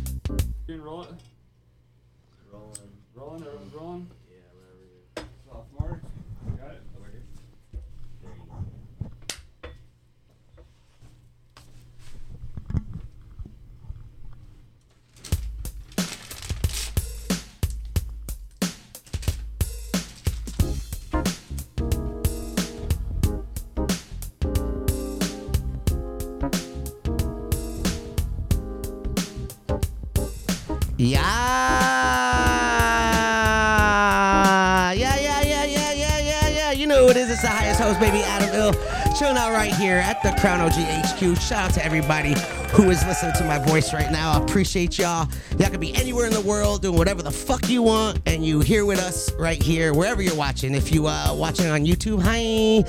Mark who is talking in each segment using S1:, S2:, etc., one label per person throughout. S1: You gonna roll it?
S2: Rolling.
S1: Rolling or rolling?
S2: Yeah, whatever. it is.
S1: Sophomore. Got it.
S2: There you go.
S3: Yeah. Yeah, yeah, yeah, yeah, yeah, yeah, yeah. You know who it is. It's the highest host, baby, Adam Ill. Chilling out right here at the Crown OG HQ. Shout out to everybody who is listening to my voice right now. I appreciate y'all. Y'all could be anywhere in the world doing whatever the fuck you want, and you here with us right here, wherever you're watching. If you uh watching on YouTube, hi.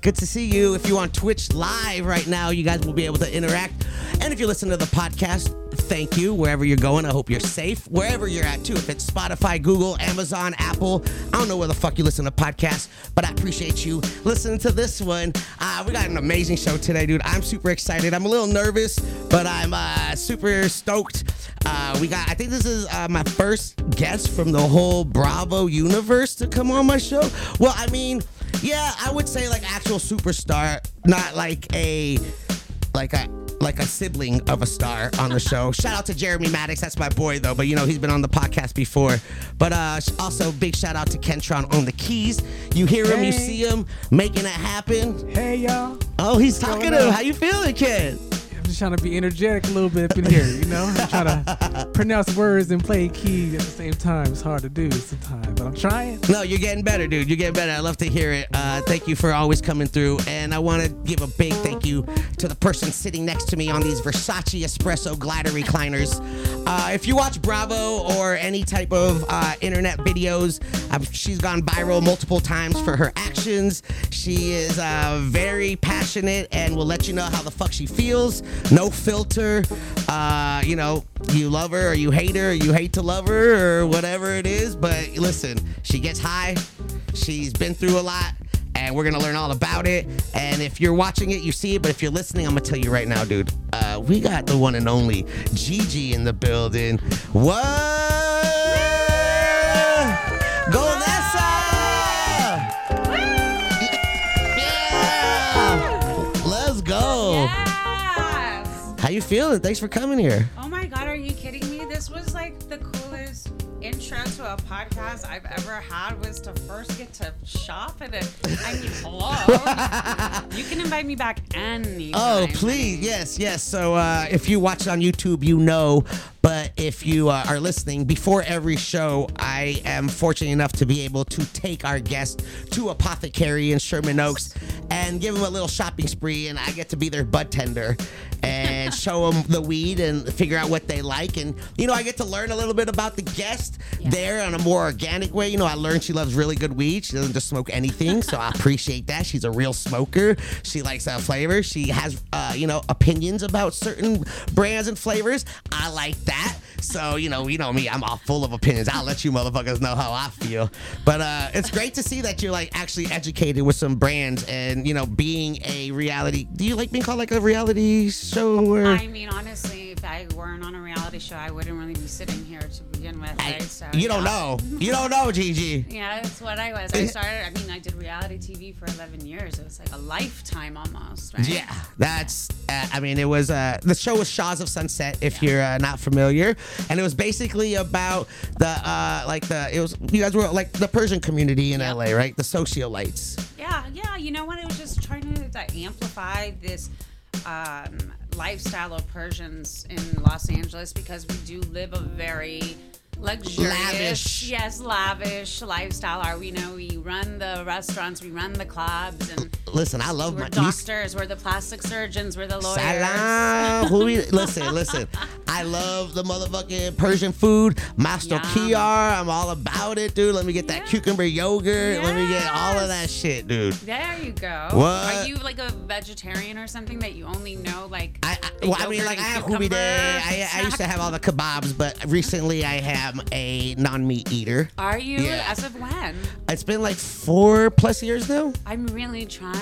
S3: Good to see you. If you on Twitch live right now, you guys will be able to interact. And if you listen to the podcast, thank you. Wherever you're going, I hope you're safe. Wherever you're at, too. If it's Spotify, Google, Amazon, Apple, I don't know where the fuck you listen to podcasts, but I appreciate you listening to this one. Uh, we got an amazing show today, dude. I'm super excited. I'm a little nervous, but I'm uh, super stoked. Uh, we got, I think this is uh, my first guest from the whole Bravo universe to come on my show. Well, I mean, yeah, I would say like actual superstar, not like a like a like a sibling of a star on the show. shout out to Jeremy Maddox, that's my boy though, but you know he's been on the podcast before. But uh sh- also big shout out to Kentron on the keys. You hear him, you
S4: Hey.
S3: see him making it happen.
S4: Hey y'all.
S3: Oh, he's talking to
S4: going
S3: him.
S4: on?
S3: How you feeling, kid?
S4: I'm just trying to be energetic a little bit up in here, you know? I'm trying to pronounce words and play keys at the same time. It's hard to do sometimes, but I'm trying.
S3: No, you're getting better, dude. You're getting better. I love to hear it. Uh, thank you for always coming through. And I want to give a big thank you to the person sitting next to me on these Versace Espresso glider recliners. Uh, if you watch Bravo or any type of uh, internet videos, uh, she's gone viral multiple times for her actions. She is uh, very passionate and will let you know how the fuck she feels. No filter. Uh, you know, you love her or you hate her, or you hate to love her or whatever it is. But listen, she gets high. She's been through a lot. And we're gonna learn all about it. And if you're watching it, you see it. But if you're listening, I'm gonna tell you right now, dude. Uh, we got the one and only Gigi in the building. What? Go Nessa! Yeah! Let's go.
S5: Yes.
S3: How you feeling? Thanks for coming here.
S5: Oh my god, are you kidding me? This was like the coolest intro to a podcast I've ever had was to first get to shop at it. I mean, hello. you can invite me back anytime.
S3: Oh, please. Yes, yes. So uh, if you watch on YouTube, you know. But if you uh, are listening, before every show, I am fortunate enough to be able to take our guest to Apothecary in Sherman Oaks and give them a little shopping spree. And I get to be their bud tender and show them the weed and figure out what they like. And, you know, I get to learn a little bit about the guest there on a more organic way. You know, I learned she loves really good weed. She doesn't just smoke anything. So I appreciate that. She's a real smoker. She likes that flavor. She has, uh, you know, opinions about certain brands and flavors. I like that. So, you know, you know me, I'm all full of opinions. I'll let you motherfuckers know how I feel. But uh, it's great to see that you're like actually educated with some brands and, you know, being a reality. Do you like being called like a reality show? Or?
S5: I mean, honestly, if I weren't on a reality show, I wouldn't really be sitting here to begin with.
S3: I-
S5: right? So,
S3: you don't
S5: yeah.
S3: know. You don't know, Gigi.
S5: Yeah, that's what I was. I started, I mean, I did reality TV for 11 years. It was like a lifetime almost, right?
S3: Yeah, that's. Uh, I mean, it was. Uh, the show was Shaws of Sunset, if you're uh, not familiar, and it was basically about the uh, like the it was you guys were like the Persian community in
S5: Yep.
S3: LA, right? The socialites.
S5: Yeah, yeah. You know what? I was just trying to uh, amplify this um, lifestyle of Persians in Los Angeles because we do live a very luxurious,
S3: Lavish.
S5: yes, lavish lifestyle. Are we know we run the restaurants, we run the clubs, and
S3: Listen, I love
S5: we're
S3: my you-
S5: doctors, we're the plastic surgeons, we're the lawyers.
S3: Salam. Who we, listen, listen. I love the motherfucking Persian food. Master
S5: Yum.
S3: Kiar. I'm all about it, dude. Let me get that
S5: Yeah.
S3: cucumber yogurt. Let me get all of
S5: Yes.
S3: that shit, dude.
S5: There you go.
S3: What?
S5: Are you like a vegetarian or something that you only know like?
S3: I, I, well, I
S5: yogurt
S3: mean, like I
S5: and
S3: have
S5: cucumber
S3: Hubide. I, I used to
S5: snack?
S3: have all the kebabs, but recently I am a non-meat eater.
S5: Are you?
S3: Yeah.
S5: As of when?
S3: It's been like four plus years now.
S5: I'm really trying.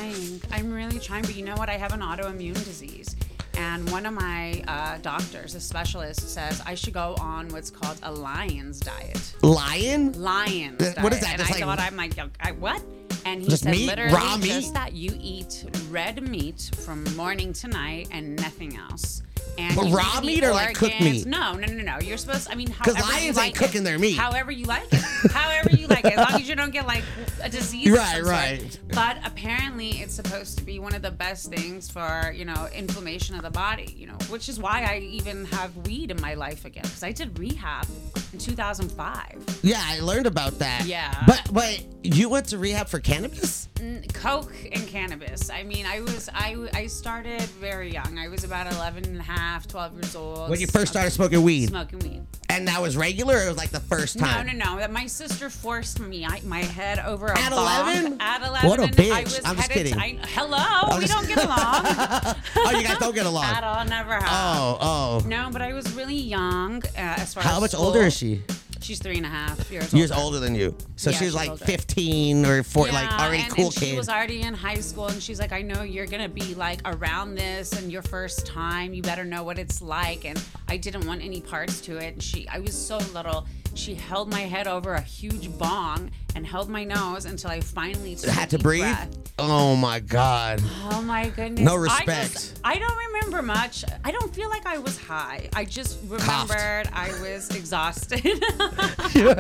S5: I'm really trying, but you know what? I have an autoimmune disease. and one of my uh, doctors, a specialist, says I should go on what's called a lion's diet.
S3: Lion?
S5: Lion's
S3: Uh,
S5: diet.
S3: what is that?
S5: And
S3: Just
S5: I
S3: like-
S5: thought I'm like, I, what? And he
S3: Just
S5: said
S3: meat?
S5: literally
S3: Raw meat?
S5: just that you eat red meat from morning to night and nothing else. And
S3: But
S5: you
S3: raw
S5: can eat
S3: meat or, like, cooked
S5: organs.
S3: meat?
S5: No, no, no, no. You're supposed. I mean, however you
S3: lions
S5: like
S3: ain't cooking
S5: it.
S3: their meat.
S5: However you like it. However you like it. As long as you don't get like a disease. of
S3: Right,
S5: some sort.
S3: right.
S5: But apparently, it's supposed to be one of the best things for you know inflammation of the body. You know, which is why I even have weed in my life again because I did rehab in 2005.
S3: Yeah, I learned about that.
S5: Yeah.
S3: But but you went to rehab for cannabis?
S5: Mm, coke and cannabis i mean i was i i started very young i was about 11 and a half 12 years old
S3: When you first started smoking weed.
S5: smoking weed
S3: And that was regular or it was like the first
S5: no
S3: time?
S5: no no that my sister forced me I, my head over a
S3: At
S5: bomb.
S3: 11?
S5: at 11
S3: What a
S5: i
S3: bitch.
S5: was
S3: I'm just
S5: headed
S3: kidding.
S5: I, hello we
S3: just-
S5: don't get along
S3: oh, you guys don't get along.
S5: at all never have
S3: Oh, oh.
S5: no but i was really young uh, as far
S3: How
S5: as
S3: much
S5: school.
S3: older is she?
S5: she's three and a half years
S3: Years
S5: older.
S3: older than you. So
S5: Yeah,
S3: she was
S5: she's
S3: like
S5: older.
S3: 15 or 4, like
S5: Yeah,
S3: already
S5: and,
S3: cool
S5: and
S3: kid.
S5: She was already in high school, and she's like, "I know you're gonna be like around this, and your first time, you better know what it's like." And I didn't want any parts to it. And she, I was so little. She held my head over a huge bong and held my nose until I finally took
S3: Had to
S5: a deep
S3: breathe?
S5: breath.
S3: Oh my God.
S5: Oh my goodness!
S3: No
S5: I,
S3: respect.
S5: just, I don't remember much. I don't feel like I was high. I just remembered
S3: Coughed.
S5: I was exhausted.
S3: You're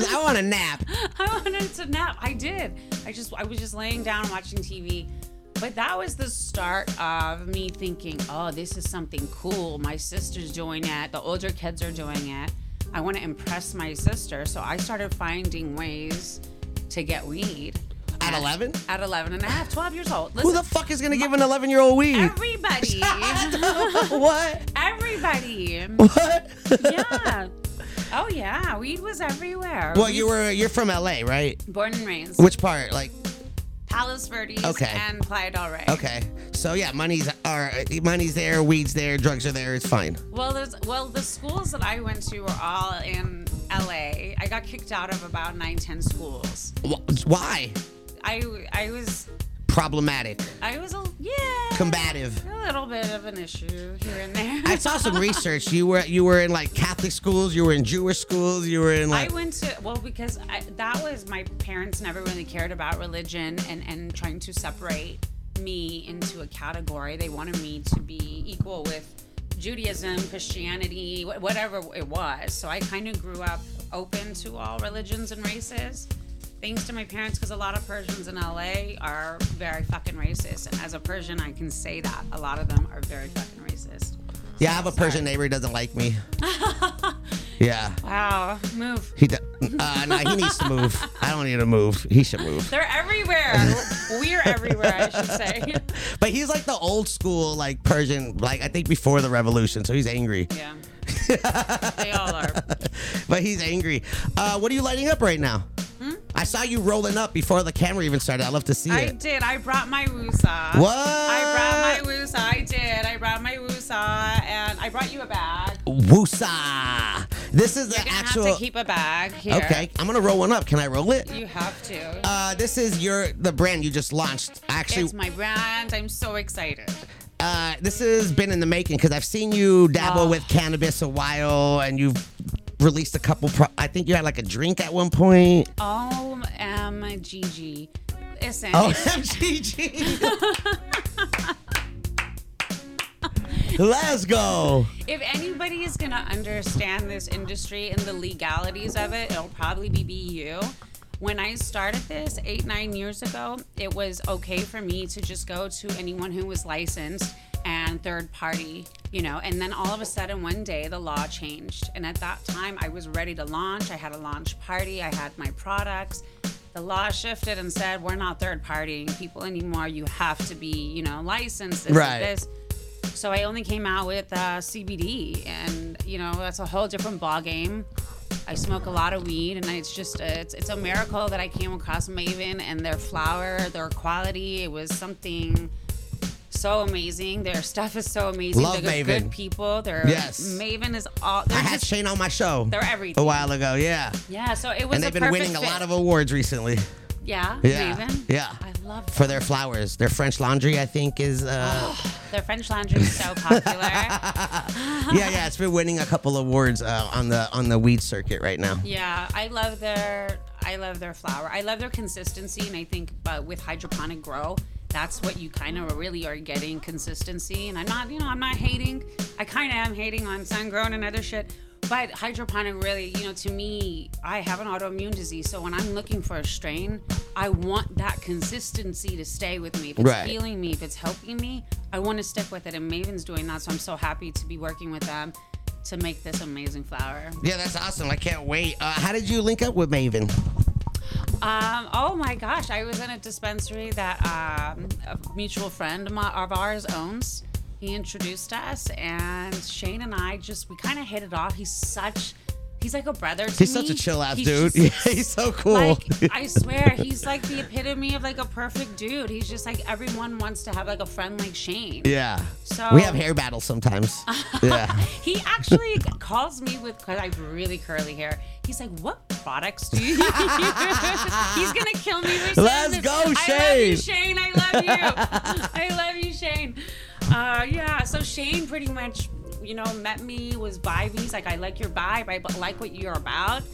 S3: like, I want a nap.
S5: I wanted to nap. I did. I just I was just laying down watching TV. But that was the start of me thinking, oh, this is something cool. My sister's doing it. The older kids are doing it. I want to impress my sister. So I started finding ways to get weed.
S3: At 11?
S5: At 11 and a half, 12 years old.
S3: Who
S5: Listen,
S3: the fuck is gonna give an 11 year old weed?
S5: everybody.
S3: what?
S5: everybody.
S3: What?
S5: Yeah. Oh, yeah. Weed was everywhere.
S3: well, you were you're from LA, right?
S5: born and raised.
S3: Which part? Like,
S5: Palos Verdes
S3: Okay.
S5: and Playa del Rey.
S3: okay, so yeah, money's are money's there, weeds there, drugs are there. It's fine.
S5: Well, there's well the schools that I went to were all in LA. I got kicked out of about nine, ten schools.
S3: Wh- Why?
S5: I I was
S3: Problematic,
S5: I was a yeah
S3: combative.
S5: a little bit of an issue here and there.
S3: I saw some research. You were you were in like Catholic schools, you were in Jewish schools, you were in
S5: I
S3: like
S5: went to well because I, that was my parents never really cared about religion and and trying to separate me into a category. They wanted me to be equal with Judaism, Christianity, wh- whatever it was. So I kind of grew up open to all religions and races. Thanks to my parents, because a lot of Persians in LA are very fucking racist. And as a Persian, I can say that a lot of them are very fucking racist.
S3: yeah. I have a Persian neighbor who doesn't like me. yeah,
S5: Wow, move.
S3: he do- uh, no, he needs to move. I don't need to move. He should move.
S5: They're everywhere. We're everywhere, I should say.
S3: But he's like the old school, like Persian, like I think before the revolution, so he's angry.
S5: Yeah. they all are.
S3: But he's angry. Uh, what are you lighting up right now? I saw you rolling up before the camera even started. I love to see
S5: Hmm? I
S3: it.
S5: did. I brought my woosah.
S3: What?
S5: I brought my woosah. I did. I brought my woosah, and I brought you a bag.
S3: Woosa. This is the
S5: You're gonna
S3: actual.
S5: have to keep a bag here.
S3: okay, I'm gonna roll one up. Can I roll it?
S5: You have to.
S3: Uh, this is your the brand you just launched. Actually,
S5: it's my brand. I'm so excited.
S3: uh, this has been in the making because I've seen you dabble
S5: Oh.
S3: with cannabis a while, and you've released a couple. Pro- I think you had like a drink at one point.
S5: Oh, um, Gigi. Listen,
S3: Oh, MGG. Let's go.
S5: if anybody is going to understand this industry and the legalities of it, it'll probably be you. When I started this eight, nine years ago, it was okay for me to just go to anyone who was licensed and third party, you know. And then all of a sudden, one day, the law changed. And at that time, I was ready to launch. I had a launch party, I had my products. The law shifted and said, we're not third partying people anymore. You have to be, you know, licensed. This,
S3: Right.
S5: This. So I only came out with uh, CBD, and you know that's a whole different ball game. I smoke a lot of weed, and it's just a, it's, it's a miracle that I came across Maven and their flower, their quality. It was something so amazing. Their stuff is so amazing.
S3: Love
S5: they're
S3: Maven.
S5: good people. They're
S3: Yes.
S5: Maven is all. They're
S3: I had
S5: just-
S3: Shane on my show
S5: they're
S3: a
S5: everything.
S3: while ago, yeah.
S5: Yeah, so it was.
S3: And
S5: a
S3: they've been
S5: perfect
S3: winning a
S5: fit.
S3: lot of awards recently.
S5: yeah,
S3: Yeah,
S5: Raven.
S3: yeah.
S5: I love
S3: for their flowers. Their French laundry, I think, is. Uh,
S5: their French laundry is so popular. Oh.
S3: yeah, yeah. It's been winning a couple awards uh, on the on the weed circuit right now.
S5: yeah, I love their I love their flour. I love their consistency, and I think but with hydroponic grow, that's what you kind of really are getting consistency. And I'm not, you know, I'm not hating. I kind of am hating on sun grown and other shit. But hydroponic really, you know, to me, I have an autoimmune disease. So when I'm looking for a strain, I want that consistency to stay with me. If it's
S3: Right.
S5: healing me, if it's helping me, I want to stick with it. And Maven's doing that. So I'm so happy to be working with them to make this amazing flower.
S3: Yeah, that's awesome. I can't wait. Uh, how did you link up with Maven?
S5: Um, oh my gosh, I was in a dispensary that um, a mutual friend of my- of ours owns. He introduced us, and Shane and I just we kind of hit it off. He's such he's like a brother to
S3: He's
S5: me.
S3: such a chill ass
S5: He's
S3: dude. Yeah,
S5: just-
S3: he's so cool.
S5: Like, I swear, he's like the epitome of like a perfect dude. He's just like everyone wants to have like a friend like Shane.
S3: yeah.
S5: So-
S3: we have hair battles sometimes. yeah.
S5: He actually calls me with because I have really curly hair. He's like, "What products do you use?" He's gonna kill me. For saying
S3: Let's
S5: this.
S3: go,
S5: I love
S3: Shane.
S5: you, Shane. I love you. I love you, Shane. Uh, yeah. So Shane pretty much, you know, met me was vibing. He's like, "I like your vibe. I b- like what you're about.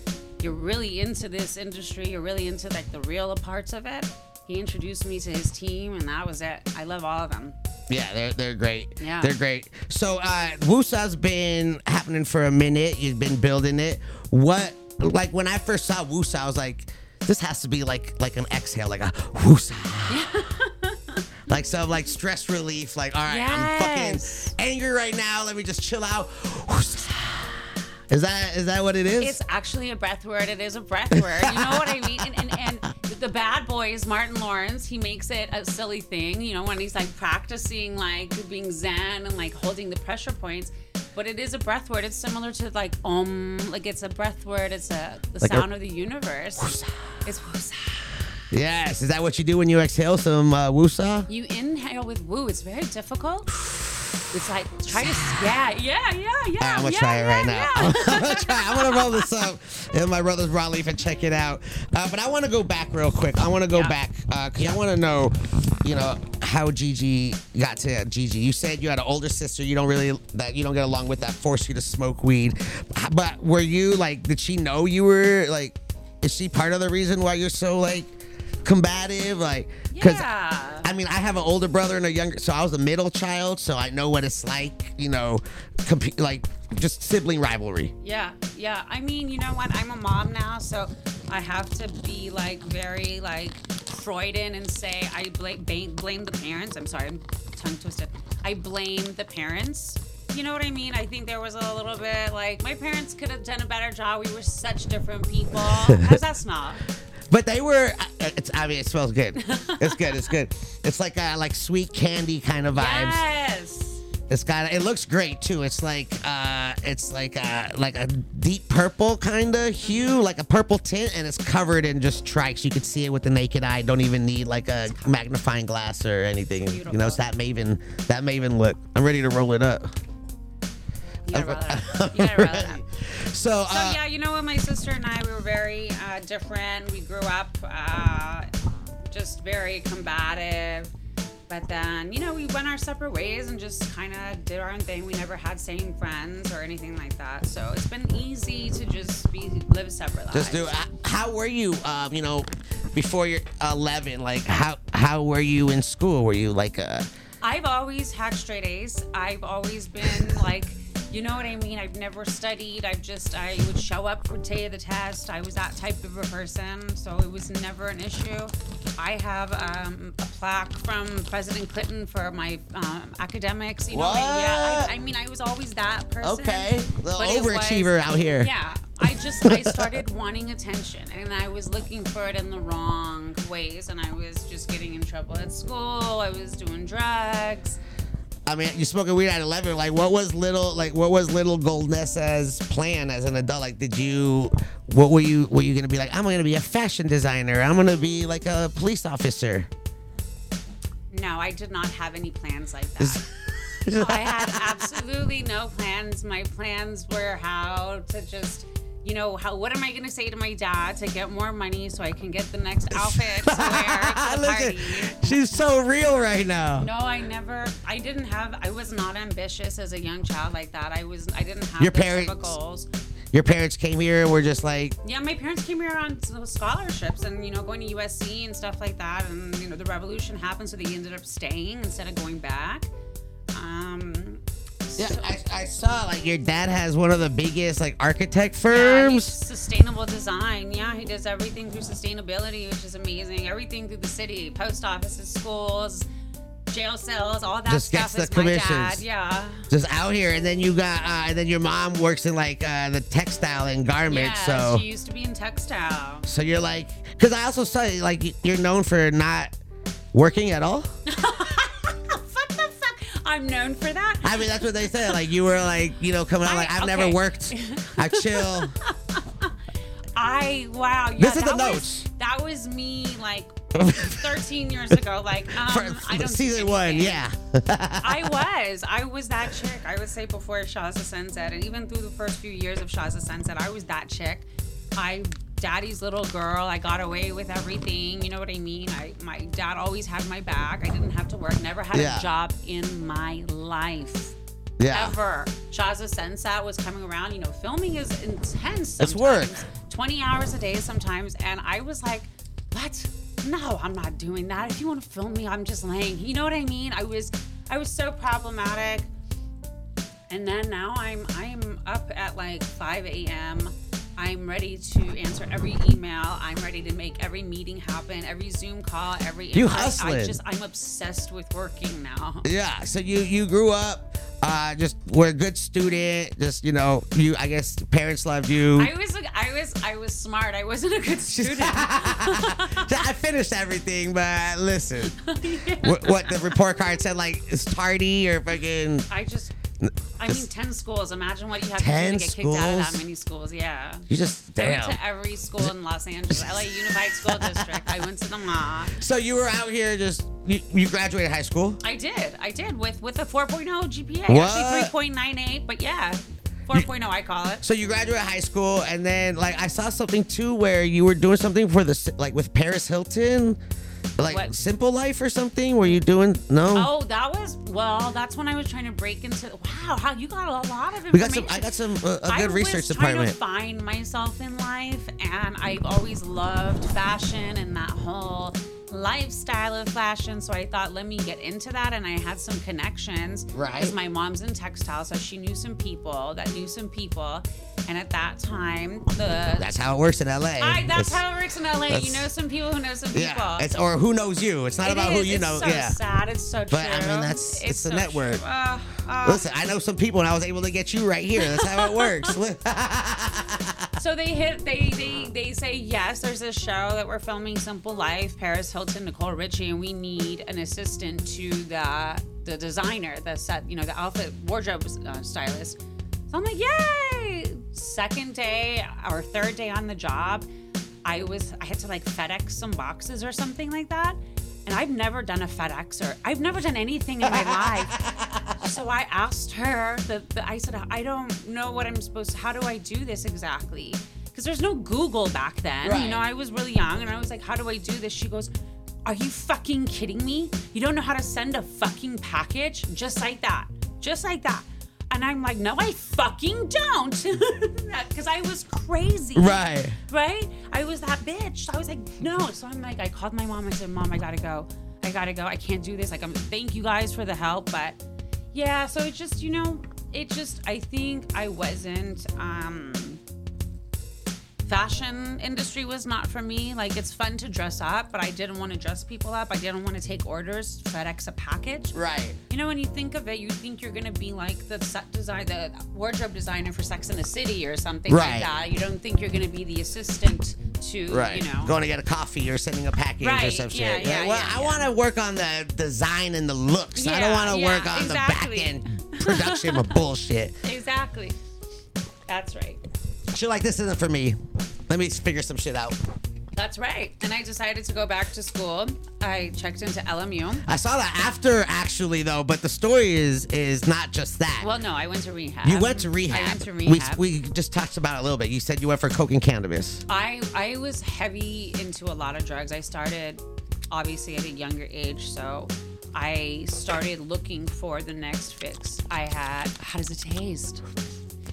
S5: You're really into this industry. You're really into like the real parts of it." He introduced me to his team, and that was it. I love all of them.
S3: Yeah, they're they're great.
S5: Yeah.
S3: They're great. So uh Wusa's been happening for a minute. You've been building it. What like when I first saw Wusa, I was like, this has to be like like an exhale, like a Wusa. like some like stress relief, like all right,
S5: Yes.
S3: I'm fucking angry right now. Let me just chill out. Wusa. Is that is that what it is?
S5: It's actually a breath word. It is a breath word. You know what I mean? And, and, and the bad boy is Martin Lawrence. He makes it a silly thing, you know, when he's like practicing, like being zen and like holding the pressure points. But it is a breath word. It's similar to like om, like it's a breath word. It's a the
S3: Like a-
S5: sound of the universe. It's woosa.
S3: yes. Is that what you do when you exhale some uh, Wusa?
S5: You inhale with woo. It's very difficult. It's like try to yeah yeah yeah yeah.
S3: All right, I'm gonna
S5: yeah,
S3: try it
S5: yeah,
S3: right now.
S5: yeah.
S3: I'm gonna try. I'm gonna roll this up in my brother's raw leaf and check it out. Uh, but I want to go back real quick. I want to go
S5: Yeah.
S3: back because I want to know, you know, how Gigi got to Gigi. You said you had an older sister. You don't really that you don't get along with that forced you to smoke weed. H- But were you like? Did she know you were like? Is she part of the reason why you're so like combative? Like, because
S5: Yeah.
S3: I mean, I have an older brother and a younger, so I was a middle child, so I know what it's like, you know, comp- like just sibling rivalry.
S5: Yeah, yeah. I mean, you know what? I'm a mom now, so I have to be like very like Freudian and say I bla- ba- blame the parents. I'm sorry, I'm tongue twisted. I blame the parents. You know what I mean? I think there was a little bit like my parents could have done a better job. We were such different people. How's that snob?
S3: But they were, uh, it's, I mean, it smells good. It's good. It's good. It's like uh, like sweet candy kind of vibes.
S5: Yes.
S3: It's got, it looks great too. It's like, uh, it's like a like a deep purple kind of hue, like a purple tint, and it's covered in just trikes. You can see it with the naked eye. Don't even need like a magnifying glass or anything. You know, it's that Maven, that Maven look. I'm ready to roll it up.
S5: You gotta roll it up. You gotta roll it up.
S3: So,
S5: So
S3: uh,
S5: yeah, you know what? My sister and I we were very uh, different. We grew up uh, just very combative, but then you know we went our separate ways and just kind of did our own thing. We never had same friends or anything like that, so it's been easy to just be live separate lives.
S3: just do. h- How were you? Um, you know, before you're 11, like how how were you in school? Were you like a
S5: I've always had straight A's. I've always been like, you know what I mean? I've never studied. I've just, I would show up for day of the test. I was that type of a person. So it was never an issue. I have um, a plaque from President Clinton for my um, academics. You know, what I mean? yeah.
S3: What?
S5: I, I mean, I was always that person.
S3: okay the
S5: but it was-
S3: overachiever out here?
S5: yeah, I just I started wanting attention, and I was looking for it in the wrong ways, and I was just getting in trouble at school. I was doing drugs.
S3: I mean, you smoking weed at 11. Like, what was little like what was little Goldnessa's plan as an adult? Like, did you? What were you? Were you gonna be like? I'm gonna be a fashion designer. I'm gonna be like a police officer.
S5: No, I did not have any plans like that. I had absolutely no plans. My plans were how to just, you know, how, what am I going to say to my dad to get more money so I can get the next outfit to wear to the
S3: Look at,
S5: party?
S3: she's so real right now.
S5: No, I never. I didn't have. I was not ambitious as a young child like that. I was. I didn't have
S3: Your
S5: those type of
S3: parents-
S5: goals.
S3: Your parents came here and were just like,
S5: Yeah, my parents came here on s- scholarships and, you know, going to USC and stuff like that. And, you know, the revolution happened, so they ended up staying instead of going back. Um,
S3: yeah,
S5: so-
S3: I, I saw like your dad has one of the biggest like architect
S5: yeah,
S3: firms.
S5: he's sustainable design. Yeah, he does everything through sustainability, which is amazing. Everything through the city, post offices, schools, jail cells, all that
S3: Just gets
S5: stuff
S3: the
S5: is my dad.
S3: commissions.
S5: Yeah.
S3: just out here, and then you got, uh, and then your mom works in like uh, the textile and
S5: Yeah,
S3: garments. so,
S5: she used to be in textile.
S3: so you're like, because I also saw like you're known for not working at all.
S5: Fuck the fuck. I'm known for that.
S3: I mean, that's what they said. Like you were like, you know, coming out
S5: I-
S3: like I've never
S5: okay.
S3: worked. I chill.
S5: I wow. Yeah,
S3: This is the
S5: that was-
S3: notes.
S5: that was me like 13 years ago. Like um,
S3: For
S5: I don't do
S3: season one,
S5: anything.
S3: yeah.
S5: I was. I was that chick. I would say before Shaw's a Sunset, and even through the first few years of Shaw's a Sunset, I was that chick. I daddy's little girl. I got away with everything. You know what I mean? I my dad always had my back. I didn't have to work. Never had
S3: Yeah.
S5: a job in my life.
S3: yeah.
S5: ever. Shaza Sensat was coming around. You know, filming is intense.
S3: It's work.
S5: Sometimes. Twenty hours a day sometimes, and I was like, "What? No, I'm not doing that. If you want to film me, I'm just laying." You know what I mean? I was, I was so problematic. And then now I'm I'm up at like 5 a.m. I'm ready to answer every email. I'm ready to make every meeting happen, every Zoom call, every
S3: You
S5: invite. I
S3: hustling.
S5: just I'm obsessed with working now.
S3: Yeah. So you you grew up, uh, just were a good student. Just you know, you I guess parents loved you.
S5: I was a- I was I was smart. I wasn't a good student.
S3: So I finished everything, but listen, what, what the report card said like it's tardy or fucking.
S5: I just I mean ten schools. Imagine what you have to do
S3: 10
S5: to get kicked out of that
S3: schools?
S5: many schools. Yeah.
S3: You just
S5: I
S3: damn.
S5: went to every school in Los Angeles, LA Unified School District. I went to the law.
S3: So you were out here just you, you graduated high school.
S5: I did. I did with with a 4.0 GPA.
S3: What?
S5: Actually 3.98, but yeah. 4.0 I call it.
S3: So you graduated high school, and then like I saw something too where you were doing something for the si- like with Paris Hilton, like
S5: What?
S3: Simple Life or something. Were you doing no?
S5: Oh, that was well. That's when I was trying to break into. Wow, how you got a lot of information.
S3: we got some. I got some uh, a
S5: I
S3: good research
S5: was
S3: department.
S5: trying to find myself in life, and I've always loved fashion and that whole lifestyle of fashion. So I thought, let me get into that, and I had some connections.
S3: Right.
S5: 'Cause my mom's in textiles, so she knew some people that knew some people, and at that time, the
S3: that's how it works in LA.
S5: I, that's
S3: It's-
S5: how it works in LA. You
S3: that's-
S5: know some people who know some people.
S3: Yeah, it's or who knows you. It's not
S5: It
S3: about who
S5: is.
S3: you
S5: It's
S3: know.
S5: So
S3: yeah.
S5: sad. It's so true.
S3: But, I mean, that's- it's a
S5: so
S3: network.
S5: true. Uh, uh,
S3: Listen, I know some people, and I was able to get you right here. That's how it works. Look,
S5: So they hit. They they they say yes. There's a show that we're filming, Simple Life, Paris Hilton, Nicole Richie, and we need an assistant to the the designer, the set, you know, the outfit wardrobe uh, stylist. So I'm like, yay! Second day or third day on the job, I was I had to like FedEx some boxes or something like that. And I've never done a FedEx or I've never done anything in my life. So I asked her, the, the, I said, I don't know what I'm supposed to, how do I do this exactly? Because there's no Google back then. You know, I was really young and I was like, how do I do this? She goes, Are you fucking kidding me? You don't know how to send a fucking package just like that, just like that. And I'm like, No, I fucking don't. Because I was crazy
S3: right.
S5: right? I was that bitch. So I was like, no. So I'm like, I called my mom. I said, Mom, I gotta go. I gotta go. I can't do this. Like, I'm thank you guys for the help, but yeah. So it just, you know, it just. I think I wasn't. um Fashion industry was not for me. Like, it's fun to dress up, but I didn't want to dress people up. I didn't want to take orders, FedEx a package.
S3: Right.
S5: You know, when you think of it, you think you're gonna be like the set design, the wardrobe designer for Sex in the City or something
S3: Right.
S5: like that. You don't think you're gonna be the assistant to,
S3: Right.
S5: you know.
S3: Going to get a coffee or sending a package or
S5: Right,
S3: some
S5: yeah,
S3: shit.
S5: yeah,
S3: well,
S5: yeah,
S3: I
S5: yeah.
S3: want to work on the design and the looks. I don't
S5: Yeah,
S3: want to
S5: yeah,
S3: work on
S5: exactly.
S3: the back end production of bullshit.
S5: exactly. That's right.
S3: Shit like this isn't for me. Let me figure some shit out.
S5: That's right. And I decided to go back to school. I checked into LMU.
S3: I saw that after actually though, but the story is is not just that.
S5: Well, no, I went to rehab.
S3: you went to rehab.
S5: Um, I went to
S3: We-
S5: rehab.
S3: We, just touched about it a little bit. You said you went for coke and cannabis.
S5: I I was heavy into a lot of drugs. I started obviously at a younger age, so I started looking for the next fix. I had how does it taste?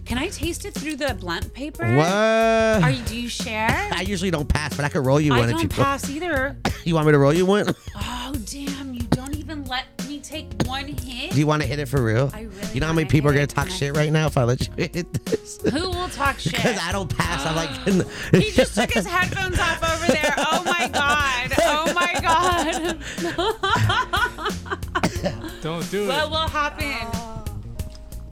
S5: Can I taste it through the blunt paper?
S3: What?
S5: Are you do you share?
S3: I
S5: I,
S3: usually don't pass, but I could roll you one if you
S5: don't pass either.
S3: You want me to roll you one?
S5: Oh damn, you don't even let me take one hit.
S3: Do you want to hit it for real?
S5: I really
S3: you know how many
S5: wanna
S3: people are
S5: hit
S3: gonna talk
S5: it. Can I-
S3: shit right now if I let you hit this?
S5: Who will talk shit?
S3: Because I don't pass. I'm like,
S5: Um, He just took his headphones off over there. Oh my god. Oh my god.
S4: Don't do
S5: What
S4: it.
S5: will happen?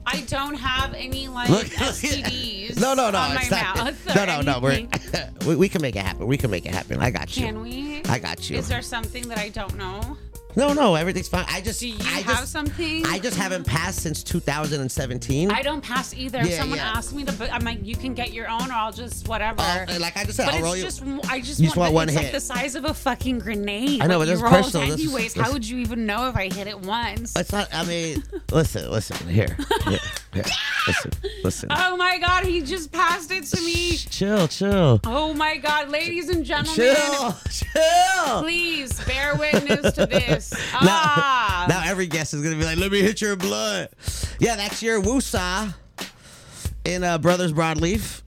S5: I don't have any like
S3: Look,
S5: STDs.
S3: no, no, no,
S5: on my
S3: it's not.
S5: mouth or
S3: no, no, no. We're,
S5: anything.
S3: we we can make it happen. We can make it happen. I got you.
S5: Can we?
S3: I got you.
S5: Is there something that I don't know?
S3: No, no, everything's fine. I just,
S5: Do you
S3: I
S5: have
S3: just,
S5: something?
S3: I just haven't passed since 2017.
S5: I don't pass either. if
S3: Yeah,
S5: Someone
S3: yeah.
S5: asks me to, but I'm like, you can get your own, or I'll just whatever.
S3: I'll- uh, like I just said,
S5: but
S3: I'll roll
S5: it's
S3: you.
S5: just, I just,
S3: You just
S5: want,
S3: want
S5: it's
S3: one hit.
S5: like the size of a fucking grenade.
S3: I know,
S5: like,
S3: but
S5: you
S3: that's
S5: rolled
S3: personal. This is-
S5: Anyways,
S3: this-
S5: how would you even know if I hit it once?
S3: It's not. I mean, listen, listen. Here, here, here. listen, listen.
S5: Oh my god, he just passed it to me.
S3: Chill, chill,
S5: Oh my god, ladies and gentlemen,
S3: chill, chill.
S5: please bear witness to this.
S3: Now,
S5: Ah.
S3: now every guest is gonna be like, "Let me hit your blood." Yeah, that's your woosah in uh, Brothers Broadleaf,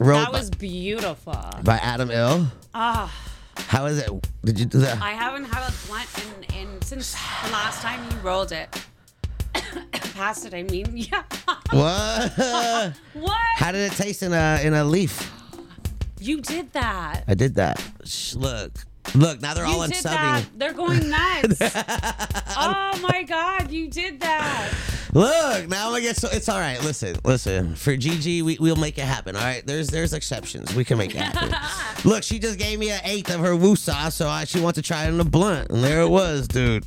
S3: wrote
S5: That was beautiful.
S3: by, by Adam Ill.
S5: Ah,
S3: How is it? Did you do that?
S5: I haven't had a blunt in, in since the last time you rolled it. Passed it, I mean, yeah.
S3: what?
S5: what?
S3: How did it taste in a in a leaf?
S5: you did that.
S3: I did that. Shh, look, look. Now they're all
S5: you
S3: unsubbing.
S5: did that. They're going nuts. oh my god, you did that.
S3: Look, now I'm gonna get so it's all right. Listen, listen. For Gigi, we we will make it happen. All right. There's there's exceptions. We can make it happen. Look, she just gave me an eighth of her woosah, so I, she wants to try it in a blunt, and there it was, dude.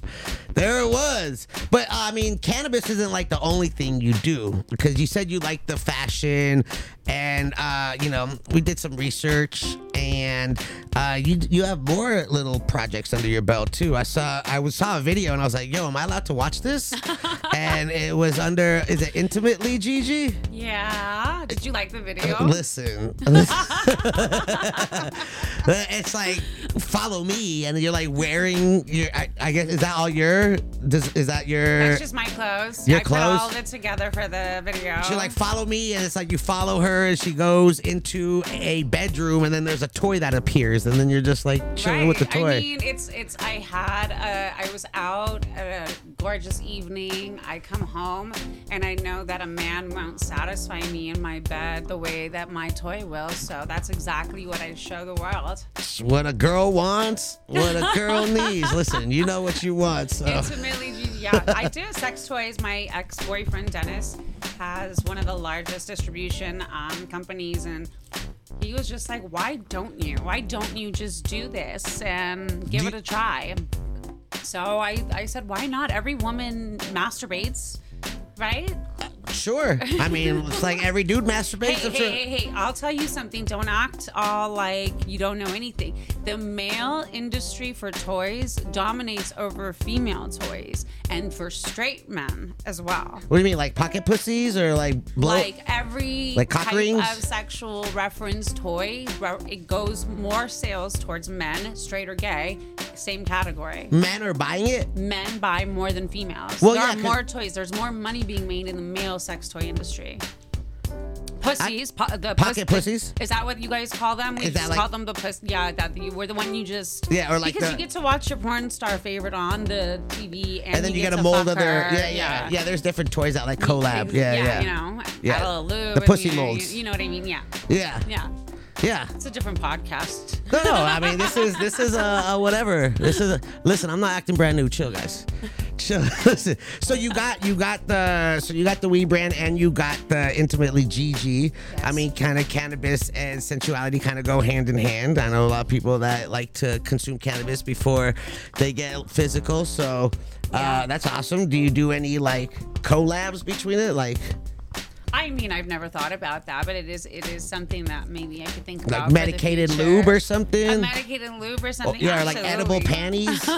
S3: There it was. But uh, I mean, cannabis isn't like the only thing you do because you said you like the fashion, and uh, you know, we did some research, and uh, you you have more little projects under your belt too. I saw I was saw a video, and I was like, yo, am I allowed to watch this? and it was under is it intimately Gigi?
S5: Yeah. Did you like the video?
S3: Listen, it's like follow me, and you're like wearing your. I, I guess is that all your? Does is that your?
S5: That's just my clothes.
S3: Your
S5: I put all
S3: clothes?
S5: of it together for the video.
S3: She like follow me, and it's like you follow her, and she goes into a bedroom, and then there's a toy that appears, and then you're just like chilling with the
S5: Right.
S3: toy.
S5: I mean, it's it's. I had. A, I was out at a gorgeous evening. I come home and I know that a man won't satisfy me in my bed the way that my toy will. So that's exactly what I show the world.
S3: what a girl wants, what a girl needs. Listen, you know what you want, so.
S5: Intimately, yeah. I do sex toys. My ex-boyfriend Dennis has one of the largest distribution um, companies, and he was just like, "Why don't you? Why don't you just do this and give
S3: Do-
S5: it a try?" So I, I said, "Why not? Every woman masturbates." Right?
S3: Sure. I mean, it's like every dude
S5: Hey,
S3: masturbates. I'm
S5: hey,
S3: sure-
S5: hey, hey, I'll tell you something. Don't act all like you don't know anything. The male industry for toys dominates over female toys and for straight men as well.
S3: What do you mean, like pocket pussies or like blow?
S5: like every
S3: Like cock
S5: type
S3: rings?
S5: of sexual reference toy, re- it goes more sales towards men, straight or gay, same category.
S3: men are buying it?
S5: Men buy more than females.
S3: Well,
S5: there
S3: yeah,
S5: are
S3: 'cause-
S5: more toys. There's more money being made in the male sex toy industry. Pussies, po- the
S3: Pocket
S5: pus-
S3: pussies?
S5: Is that what you guys call them? We
S3: Is that
S5: just
S3: like-
S5: call them the puss. Yeah, that you were the one you just.
S3: Yeah, or like
S5: because
S3: the-
S5: you get to watch your porn star favorite on the TV, and,
S3: And then you
S5: get
S3: get a
S5: to
S3: mold
S5: fuck
S3: of their.
S5: her.
S3: Yeah, yeah, yeah. There's different toys out like collab.
S5: Ex-
S3: Yeah, yeah.
S5: You know,
S3: Yeah.
S5: Addle Lou,
S3: The
S5: I
S3: pussy
S5: mean,
S3: molds.
S5: You know what I mean? Yeah,
S3: Yeah,
S5: yeah.
S3: yeah.
S5: It's a different podcast.
S3: No, no. I mean, this is this is a, a whatever. This is a, listen. I'm not acting brand new. Chill, guys. Chill. Listen. So you got you got the so you got the weed brand and you got the intimately GG. I
S5: Yes.
S3: mean, kind of cannabis and sensuality kind of go hand in hand. I know a lot of people that like to consume cannabis before they get physical. So uh,
S5: Yeah.
S3: that's awesome. Do you do any like collabs between it? Like
S5: I mean, I've never thought about that, but it is it is something that maybe I could think about.
S3: Like
S5: for the
S3: medicated
S5: future.
S3: lube or
S5: A
S3: something?
S5: medicated lube or
S3: Oh,
S5: something.
S3: yeah, or like edible
S5: Absolutely.
S3: panties?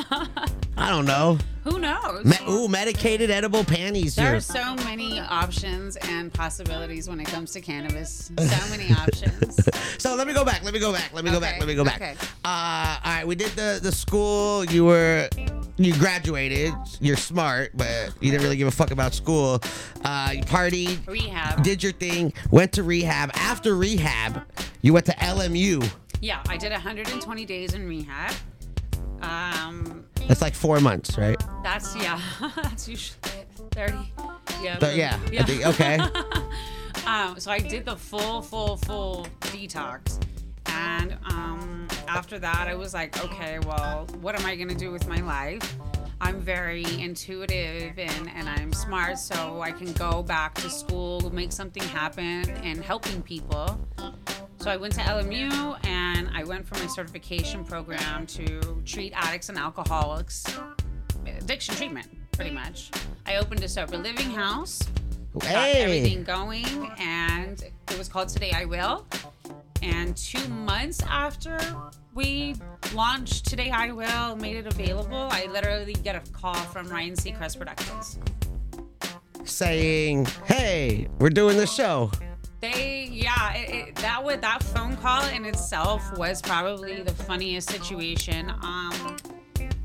S3: I don't know.
S5: Who knows?
S3: Me- ooh, medicated edible panties
S5: There
S3: here.
S5: are so many options and possibilities when it comes to cannabis. So many options.
S3: So let me go back. Let me go back. Let me go back.
S5: Okay,
S3: Let me go back.
S5: okay.
S3: Uh, all right, we did the the school. You were you graduated. You're smart, but you didn't really give a fuck about school. Uh, you partied,
S5: Rehab.
S3: did your thing, went to rehab. After rehab, you went to LMU.
S5: Yeah, I did 120 days in rehab. Um,
S3: That's like four months, right?
S5: that's yeah, that's usually 30. Yeah.
S3: But yeah, I think, okay.
S5: Um, so I did the full, full, full detox. And um, after that, I was like, okay, well, what am I going to do with my life? I'm very intuitive and, and I'm smart, so I can go back to school, make something happen, and helping people. So I went to LMU and I went for my certification program to treat addicts and alcoholics, addiction treatment, pretty much. I opened a sober living house got everything
S3: hey,
S5: going and it was called today i will and two months after we launched today i will made it available i literally get a call from ryan seacrest productions
S3: saying, hey, we're doing the show.
S5: they yeah it, it, that would that phone call in itself was probably the funniest situation um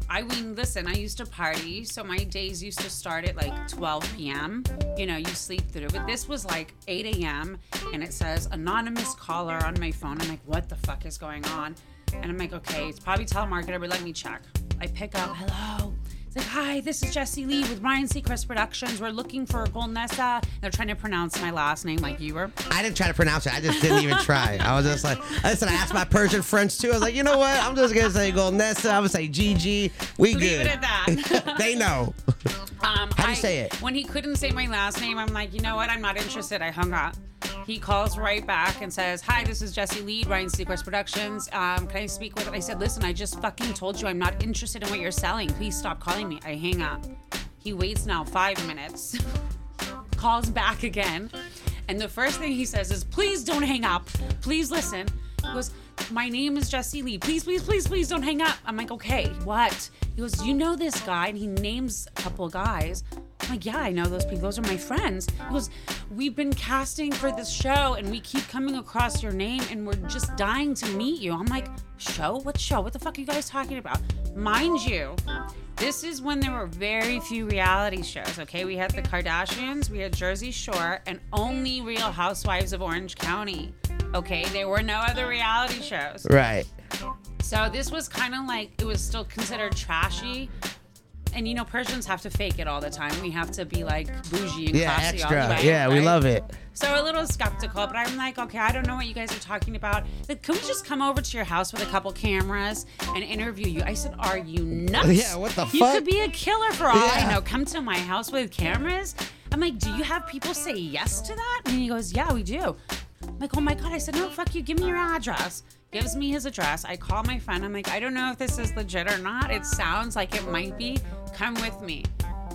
S5: I mean, listen, I used to party, so my days used to start at like 12 p.m. You know, you sleep through, but this was like 8 a.m. and it says anonymous caller on my phone. I'm like, what the fuck is going on? And I'm like, okay, it's probably telemarketer, but let me check. I pick up, hello. It's like, hi, this is Jesse Lee with Ryan Seacrest Productions. We're looking for Golnessa. They're trying to pronounce my last name like you were.
S3: I didn't try to pronounce it. I just didn't even try. I was just like, listen, I asked my Persian friends too. I was like, you know what? I'm just gonna say Golnessa. I'm gonna say GG. We
S5: Leave
S3: good.
S5: it at that.
S3: they know.
S5: Um,
S3: How do you
S5: I-
S3: say it?
S5: When he couldn't say my last name, I'm like, you know what? I'm not interested. I hung up. He calls right back and says, "Hi, this is Jesse Lee, Ryan Seacrest Productions. Um, can I speak with?" I said, "Listen, I just fucking told you I'm not interested in what you're selling. Please stop calling me." I hang up. He waits now five minutes, calls back again, and the first thing he says is, "Please don't hang up. Please listen." He goes, "My name is Jesse Lee. Please, please, please, please don't hang up." I'm like, "Okay, what?" He goes, "You know this guy?" And he names a couple guys. I'm like, yeah, I know those people. Those are my friends. He goes, We've been casting for this show and we keep coming across your name and we're just dying to meet you. I'm like, Show? What show? What the fuck are you guys talking about? Mind you, this is when there were very few reality shows, okay? We had The Kardashians, we had Jersey Shore, and only Real Housewives of Orange County, okay? There were no other reality shows.
S3: Right.
S5: So this was kind of like it was still considered trashy. And you know, Persians have to fake it all the time. We have to be like bougie and
S3: Yeah,
S5: classy all the
S3: extra.
S5: way.
S3: Yeah, we
S5: right?
S3: love it.
S5: So a little skeptical, but I'm like, okay, I don't know what you guys are talking about. Like, can we just come over to your house with a couple cameras and interview you? I said, are you nuts?
S3: Yeah, what the
S5: you
S3: fuck?
S5: could be a killer for all
S3: Yeah.
S5: I know. Come to my house with cameras. I'm like, do you have people say yes to that? And he goes, yeah, we do. I'm like, oh my god. I said, no, fuck you. Give me your address. Gives me his address. I call my friend. I'm like, I don't know if this is legit or not. It sounds like it might be. Come with me.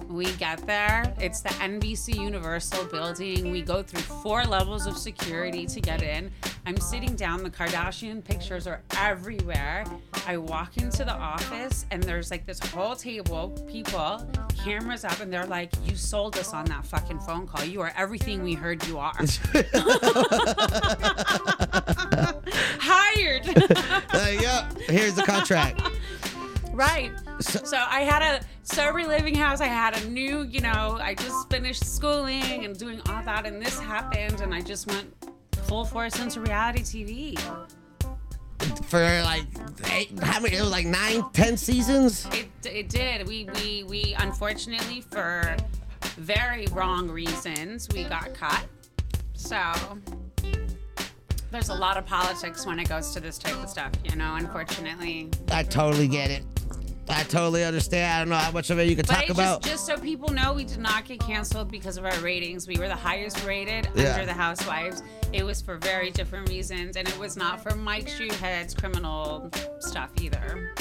S5: We get there. It's the NBC Universal building. We go through four levels of security to get in. I'm sitting down. The Kardashian pictures are everywhere. I walk into the office and there's like this whole table, people, cameras up, and they're like, You sold us on that fucking phone call. You are everything we heard you are. Hired.
S3: Like, yep. Here's the contract.
S5: Right. So, I had a sober living house. I had a new, you know, I just finished schooling and doing all that, and this happened, and I just went full force into reality TV.
S3: for like eight, how many? It was like nine, ten seasons.
S5: It, it did. We, we, we, unfortunately, for very wrong reasons, we got caught. So there's a lot of politics when it goes to this type of stuff, you know, unfortunately.
S3: I totally get it. I totally understand. I don't know how much of it you can
S5: But
S3: talk
S5: it's
S3: about.
S5: Just, just so people know, we did not get canceled because of our ratings. We were the highest rated
S3: Yeah.
S5: under the Housewives. It was for very different reasons, and it was not for Mike Shoehead's criminal stuff either.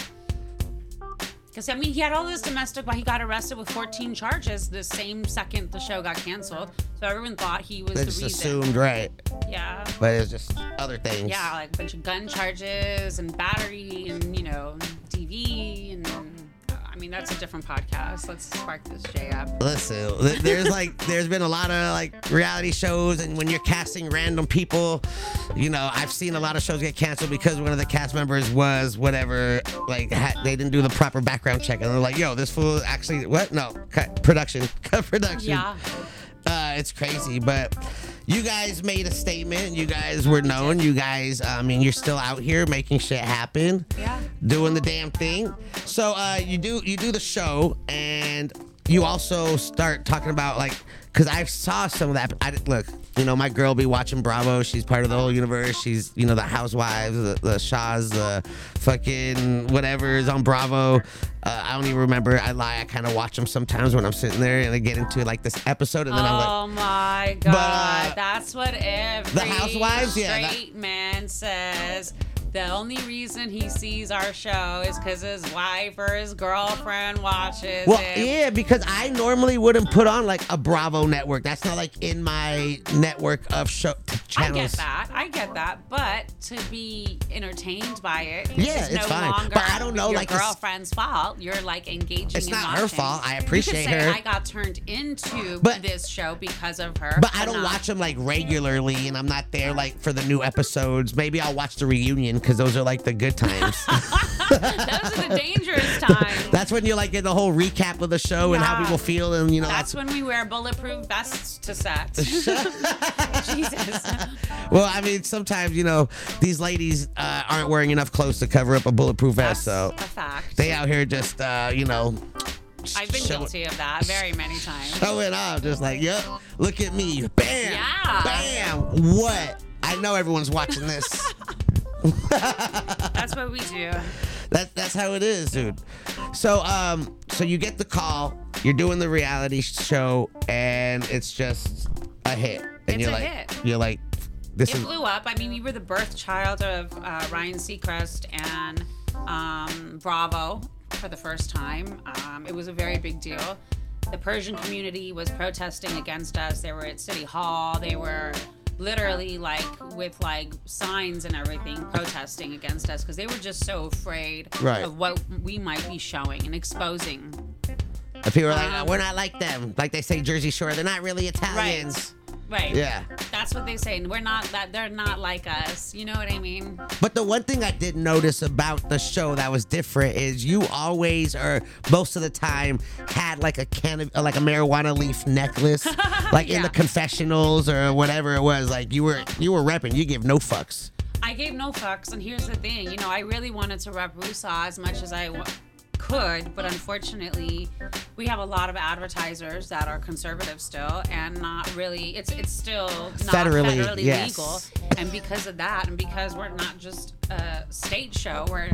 S5: Because I mean, he had all this domestic, but he got arrested with 14 charges the same second the show got canceled. So everyone thought he was
S3: They
S5: the
S3: just
S5: reason.
S3: assumed, right?
S5: Yeah.
S3: But it's just other things.
S5: Yeah, like a bunch of gun charges and battery and, you know, DV. And I mean, that's a different podcast. Let's spark this J up.
S3: Listen, th- there's like there's been a lot of like reality shows, and when you're casting random people, you know I've seen a lot of shows get canceled because one of the cast members was whatever, like ha- they didn't do the proper background check, and they're like, "Yo, this fool actually what? No, cut production, cut production."
S5: Yeah.
S3: uh, it's crazy, but you guys made a statement. You guys were known. You guys, I mean, you're still out here making shit happen.
S5: Yeah.
S3: Doing the damn thing. So uh, you do you do the show, and you also start talking about like, cause I saw some of that. I didn't- look, you know, my girl be watching Bravo. She's part of the whole universe. She's you know the housewives, the, the Shahs, the fucking whatever is on Bravo. Uh, I don't even remember. I lie. I kind of watch them sometimes when I'm sitting there and I get into like this episode, and then I'm like,
S5: Oh my god,
S3: But, uh,
S5: that's what every
S3: Housewives?
S5: straight
S3: Yeah, that-
S5: man says. The only reason he sees our show is because his wife or his girlfriend watches
S3: Well,
S5: it.
S3: yeah, because I normally wouldn't put on like a Bravo network. That's not like in my network of show
S5: I
S3: channels.
S5: get that. I get that. But to be entertained by it,
S3: Yeah,
S5: it's,
S3: it's
S5: no
S3: fine.
S5: longer
S3: But I don't know,
S5: your
S3: like, it's-
S5: girlfriend's fault. You're like engaging.
S3: It's
S5: and
S3: not her
S5: watching.
S3: fault. I
S5: You could
S3: appreciate
S5: say,
S3: her.
S5: I got turned into
S3: But-
S5: this show because of her.
S3: But I don't
S5: not-
S3: watch them like regularly, and I'm not there like for the new episodes. Maybe I'll watch the reunion because those are like the good times.
S5: Those are the dangerous times.
S3: that's when you like get the whole recap of the show and how
S5: Yeah.
S3: people feel, and you know
S5: That's
S3: that's,
S5: when we wear bulletproof vests to set. Jesus.
S3: well. I mean, sometimes you know these ladies uh, aren't wearing enough clothes to cover up a bulletproof vest, so
S5: That's a fact.
S3: they out here just uh, you know.
S5: I've been
S3: showing-
S5: guilty of that very many times.
S3: showing off, just like, yep, look at me. Bam!
S5: Yeah.
S3: Bam! What? I know everyone's watching this.
S5: That's what we do.
S3: that, that's how it is, dude. So, um, so you get the call, you're doing the reality show, and it's just a hit. And
S5: It's
S3: you're
S5: a
S3: like,
S5: hit.
S3: you're like, this
S5: It
S3: is
S5: blew up. I mean, we were the birth child of uh, Ryan Seacrest and um, Bravo for the first time. Um, it was a very big deal. The Persian community was protesting against us. They were at City Hall. They were literally like with like signs and everything protesting against us because they were just so afraid
S3: Right.
S5: of what we might be showing and exposing
S3: and people are like,
S5: um,
S3: "Oh, we're not like them. Like they say, Jersey Shore, they're not really Italians.
S5: Right.
S3: Yeah.
S5: That's what they say. We're not that they're not like us. You know what I mean?
S3: But the one thing I did notice about the show that was different is you always, or most of the time, had like a can of, like a marijuana leaf necklace, like in
S5: Yeah.
S3: the confessionals or whatever it was. Like you were, you were repping. You give no fucks.
S5: I gave no fucks, and here's the thing. You know, I really wanted to rep Rusa as much as I w- could, but unfortunately, we have a lot of advertisers that are conservative still, and not really. It's it's still not
S3: Federally,
S5: federally,
S3: yes.
S5: legal, and because of that, and because we're not just a state show, we're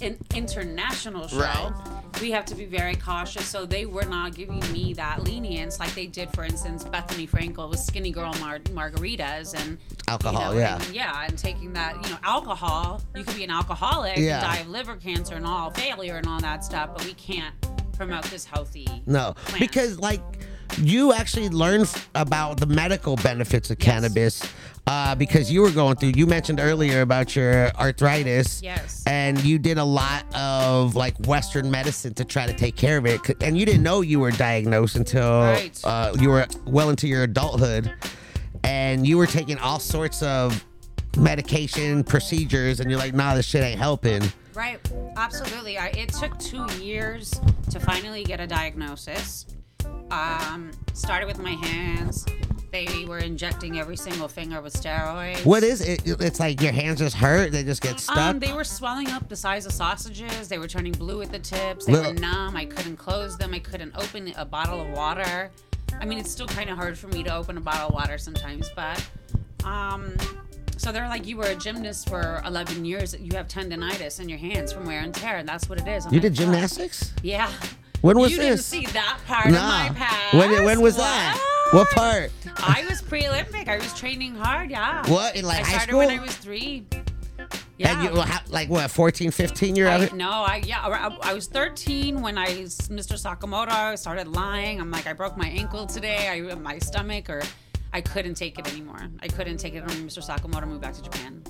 S5: an international show.
S3: Right.
S5: We have to be very cautious. So they were not giving me that lenience, like they did, for instance, Bethany Frankel with Skinny Girl Mar- Margaritas and
S3: Alcohol,
S5: you know,
S3: yeah.
S5: and- yeah, and taking that, you know, alcohol. You could be an alcoholic
S3: Yeah.
S5: and die of liver cancer and all failure and all that stuff, but we can't promote this healthy.
S3: No,
S5: plan.
S3: because like you actually learned f- about the medical benefits of cannabis uh, because you were going through. You mentioned earlier about your arthritis.
S5: Yes.
S3: And you did a lot of like Western medicine to try to take care of it, 'Cause- and you didn't know you were diagnosed until
S5: Right.
S3: uh, you were well into your adulthood, and you were taking all sorts of medication procedures, and you're like, nah, this shit ain't helping.
S5: Right, absolutely. I, it took two years to finally get a diagnosis. Um, started with my hands. They were injecting every single finger with steroids.
S3: What is it? It's like your hands just hurt; they just get stuck.
S5: Um, they were swelling up the size of sausages. They were turning blue at the tips. They
S3: Well-
S5: were numb. I couldn't close them. I couldn't open a bottle of water. I mean, it's still kind of hard for me to open a bottle of water sometimes, but um, so they're like, you were a gymnast for 11 years. You have tendonitis in your hands from wear and tear, and that's what it is. I'm
S3: you did
S5: like, "Oh."
S3: gymnastics?
S5: Yeah.
S3: When was
S5: you didn't
S3: this?
S5: see that part
S3: Nah.
S5: of my past.
S3: When, when was that? What part?
S5: I was pre-Olympic. I was training hard. Yeah.
S3: What, in, like,
S5: I
S3: high
S5: started when
S3: school?
S5: I was three. Yeah.
S3: And you, well, how, like what, 14, 15 year old?
S5: I, no, I yeah, I, I was 13 when I Mr. Sakamoto started lying. I'm like, I broke my ankle today. I my stomach, or I couldn't take it anymore. I couldn't take it when Mr. Sakamoto moved back to Japan.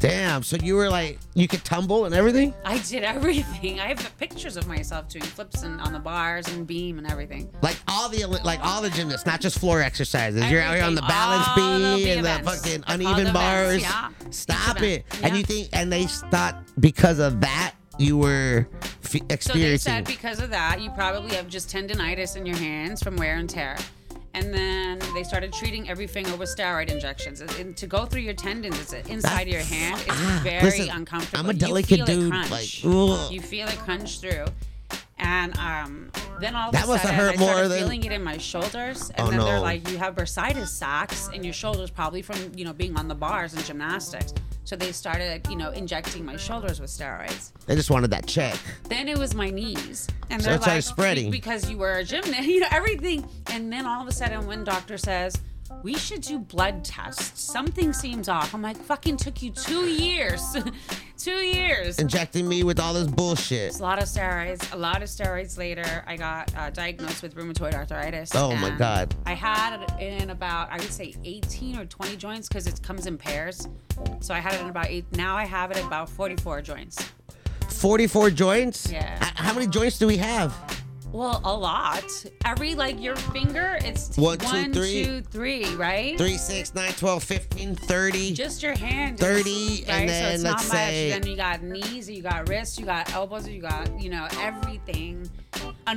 S3: Damn. So you were like, you could tumble and everything?
S5: I did everything. I have the pictures of myself doing flips and on the bars and beam and everything.
S3: Like all the Oli- like all the gymnasts, not just floor exercises. You're out here on the
S5: Everything.
S3: balance
S5: All of
S3: beam
S5: the
S3: and the
S5: events.
S3: fucking
S5: All the
S3: uneven
S5: events,
S3: bars.
S5: yeah.
S3: Stop
S5: Each
S3: it.
S5: event,
S3: And
S5: yeah.
S3: you think and they thought because of that you were f-
S5: So they
S3: experiencing.
S5: said because of that, you probably have just tendonitis in your hands from wear and tear. And then they started treating every finger with steroid injections. And- And to go through your tendons, it's inside your hand. It's
S3: Ah,
S5: very
S3: listen,
S5: uncomfortable.
S3: I'm a
S5: You
S3: delicate
S5: feel it
S3: dude,
S5: crunch.
S3: like, ugh.
S5: you feel it crunch through. And um, then all of
S3: That
S5: a
S3: must have
S5: sudden,
S3: hurt
S5: I started
S3: more than-
S5: feeling it in my shoulders. And
S3: Oh,
S5: then they're
S3: no.
S5: like, you have bursitis sacks in your shoulders, probably from you know being on the bars and gymnastics. So they started, you know, injecting my shoulders with steroids.
S3: they just wanted that check.
S5: Then it was my knees, and
S3: So
S5: they're
S3: it started
S5: like
S3: spreading.
S5: because you were a gymnast, you know everything. And then all of a sudden, when doctor says we should do blood tests, something seems off. I'm like, fucking took you two years, two years.
S3: Injecting me with all this bullshit.
S5: a lot of steroids. A lot of steroids later, I got uh, diagnosed with rheumatoid arthritis.
S3: Oh my
S5: and
S3: God.
S5: I had it in about I would say 18 or 20 joints because it comes in pairs. So I had it in about eight. Now I have it about 44 joints.
S3: 44 joints?
S5: Yeah.
S3: Uh, How many joints do we have?
S5: Well, a lot. Every like your finger, it's
S3: One,
S5: one,
S3: two,
S5: two, three,
S3: three.
S5: right?
S3: 3, 6, 9, 12, 15, 30.
S5: Just your hand.
S3: 30, and then let's say-
S5: Then you got knees, you got wrists, you got elbows, you got you know everything.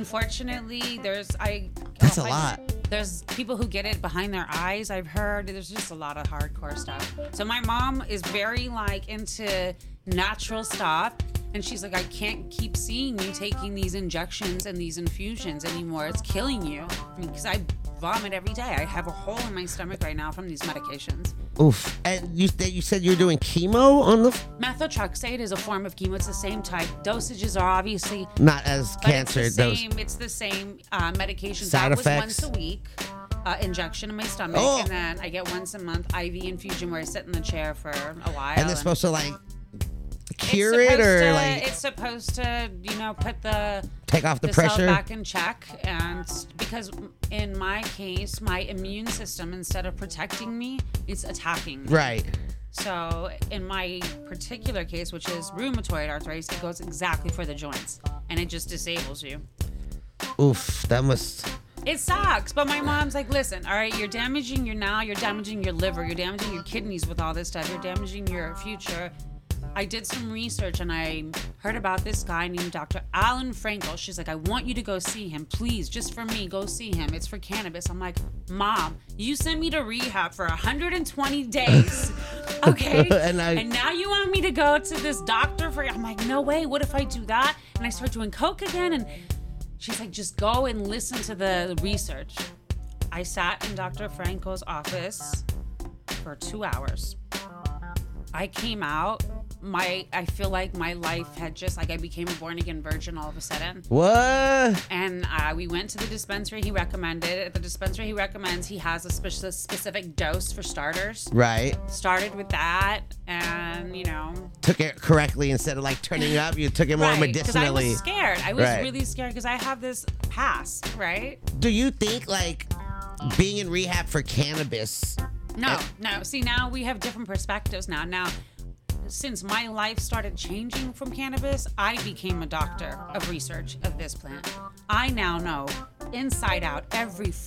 S5: Unfortunately, there's I.
S3: That's a
S5: I-
S3: lot.
S5: There's people who get it behind their eyes. I've heard there's just a lot of hardcore stuff. So my mom is very like into natural stuff. And she's like, I can't keep seeing you taking these injections and these infusions anymore. It's killing you. Because I vomit every day. I have a hole in my stomach right now from these medications.
S3: Oof. And you, that you said you're doing chemo on the. F-
S5: Methotrexate is a form of chemo. It's the same type. Dosages are obviously
S3: not as
S5: but
S3: cancer.
S5: It's the
S3: those-
S5: same. It's the same uh, medication.
S3: Side
S5: that
S3: effects?
S5: was once a week. Uh, injection in my stomach,
S3: Oh.
S5: and then I get once a month IV infusion where I sit in the chair for a while.
S3: and they're supposed to like
S5: It's
S3: cure it or
S5: supposed to-
S3: like
S5: it's supposed to, you know, put the
S3: take off the,
S5: the
S3: pressure.
S5: cell back in check and because in my case my immune system instead of protecting me it's attacking me.
S3: Right.
S5: so in my particular case which is rheumatoid arthritis it goes exactly for the joints and it just disables you
S3: Oof. That must.
S5: it sucks but my mom's like listen all right you're damaging your now you're damaging your liver you're damaging your kidneys with all this stuff you're damaging your future I did some research and I heard about this guy named Dr. Alan Frankel. She's like, I want you to go see him. Please, just for me, go see him. It's for cannabis. I'm like, Mom, you sent me to rehab for 120 days. Okay.
S3: And I-
S5: now you want me to go to this doctor for. I'm like, No way. What if I do that? And I start doing Coke again. And she's like, Just go and listen to the research. I sat in Dr. Frankel's office for two hours. I came out. My I feel like my life had just like I became a born again virgin all of a sudden.
S3: What?
S5: And uh, we went to the dispensary he recommended. At the dispensary he recommends, he has a speci- specific dose for starters.
S3: Right.
S5: Started with that, and you know,
S3: Took it correctly instead of like turning it up. You took it more
S5: right? Because I
S3: medicinally.
S5: was scared. I was
S3: Right.
S5: really scared because I have this past, right?
S3: Do you think like being in rehab for cannabis?
S5: No, no. See, now we have different perspectives now. Now, since my life started changing from cannabis, I became a doctor of research of this plant. I now know inside out every f-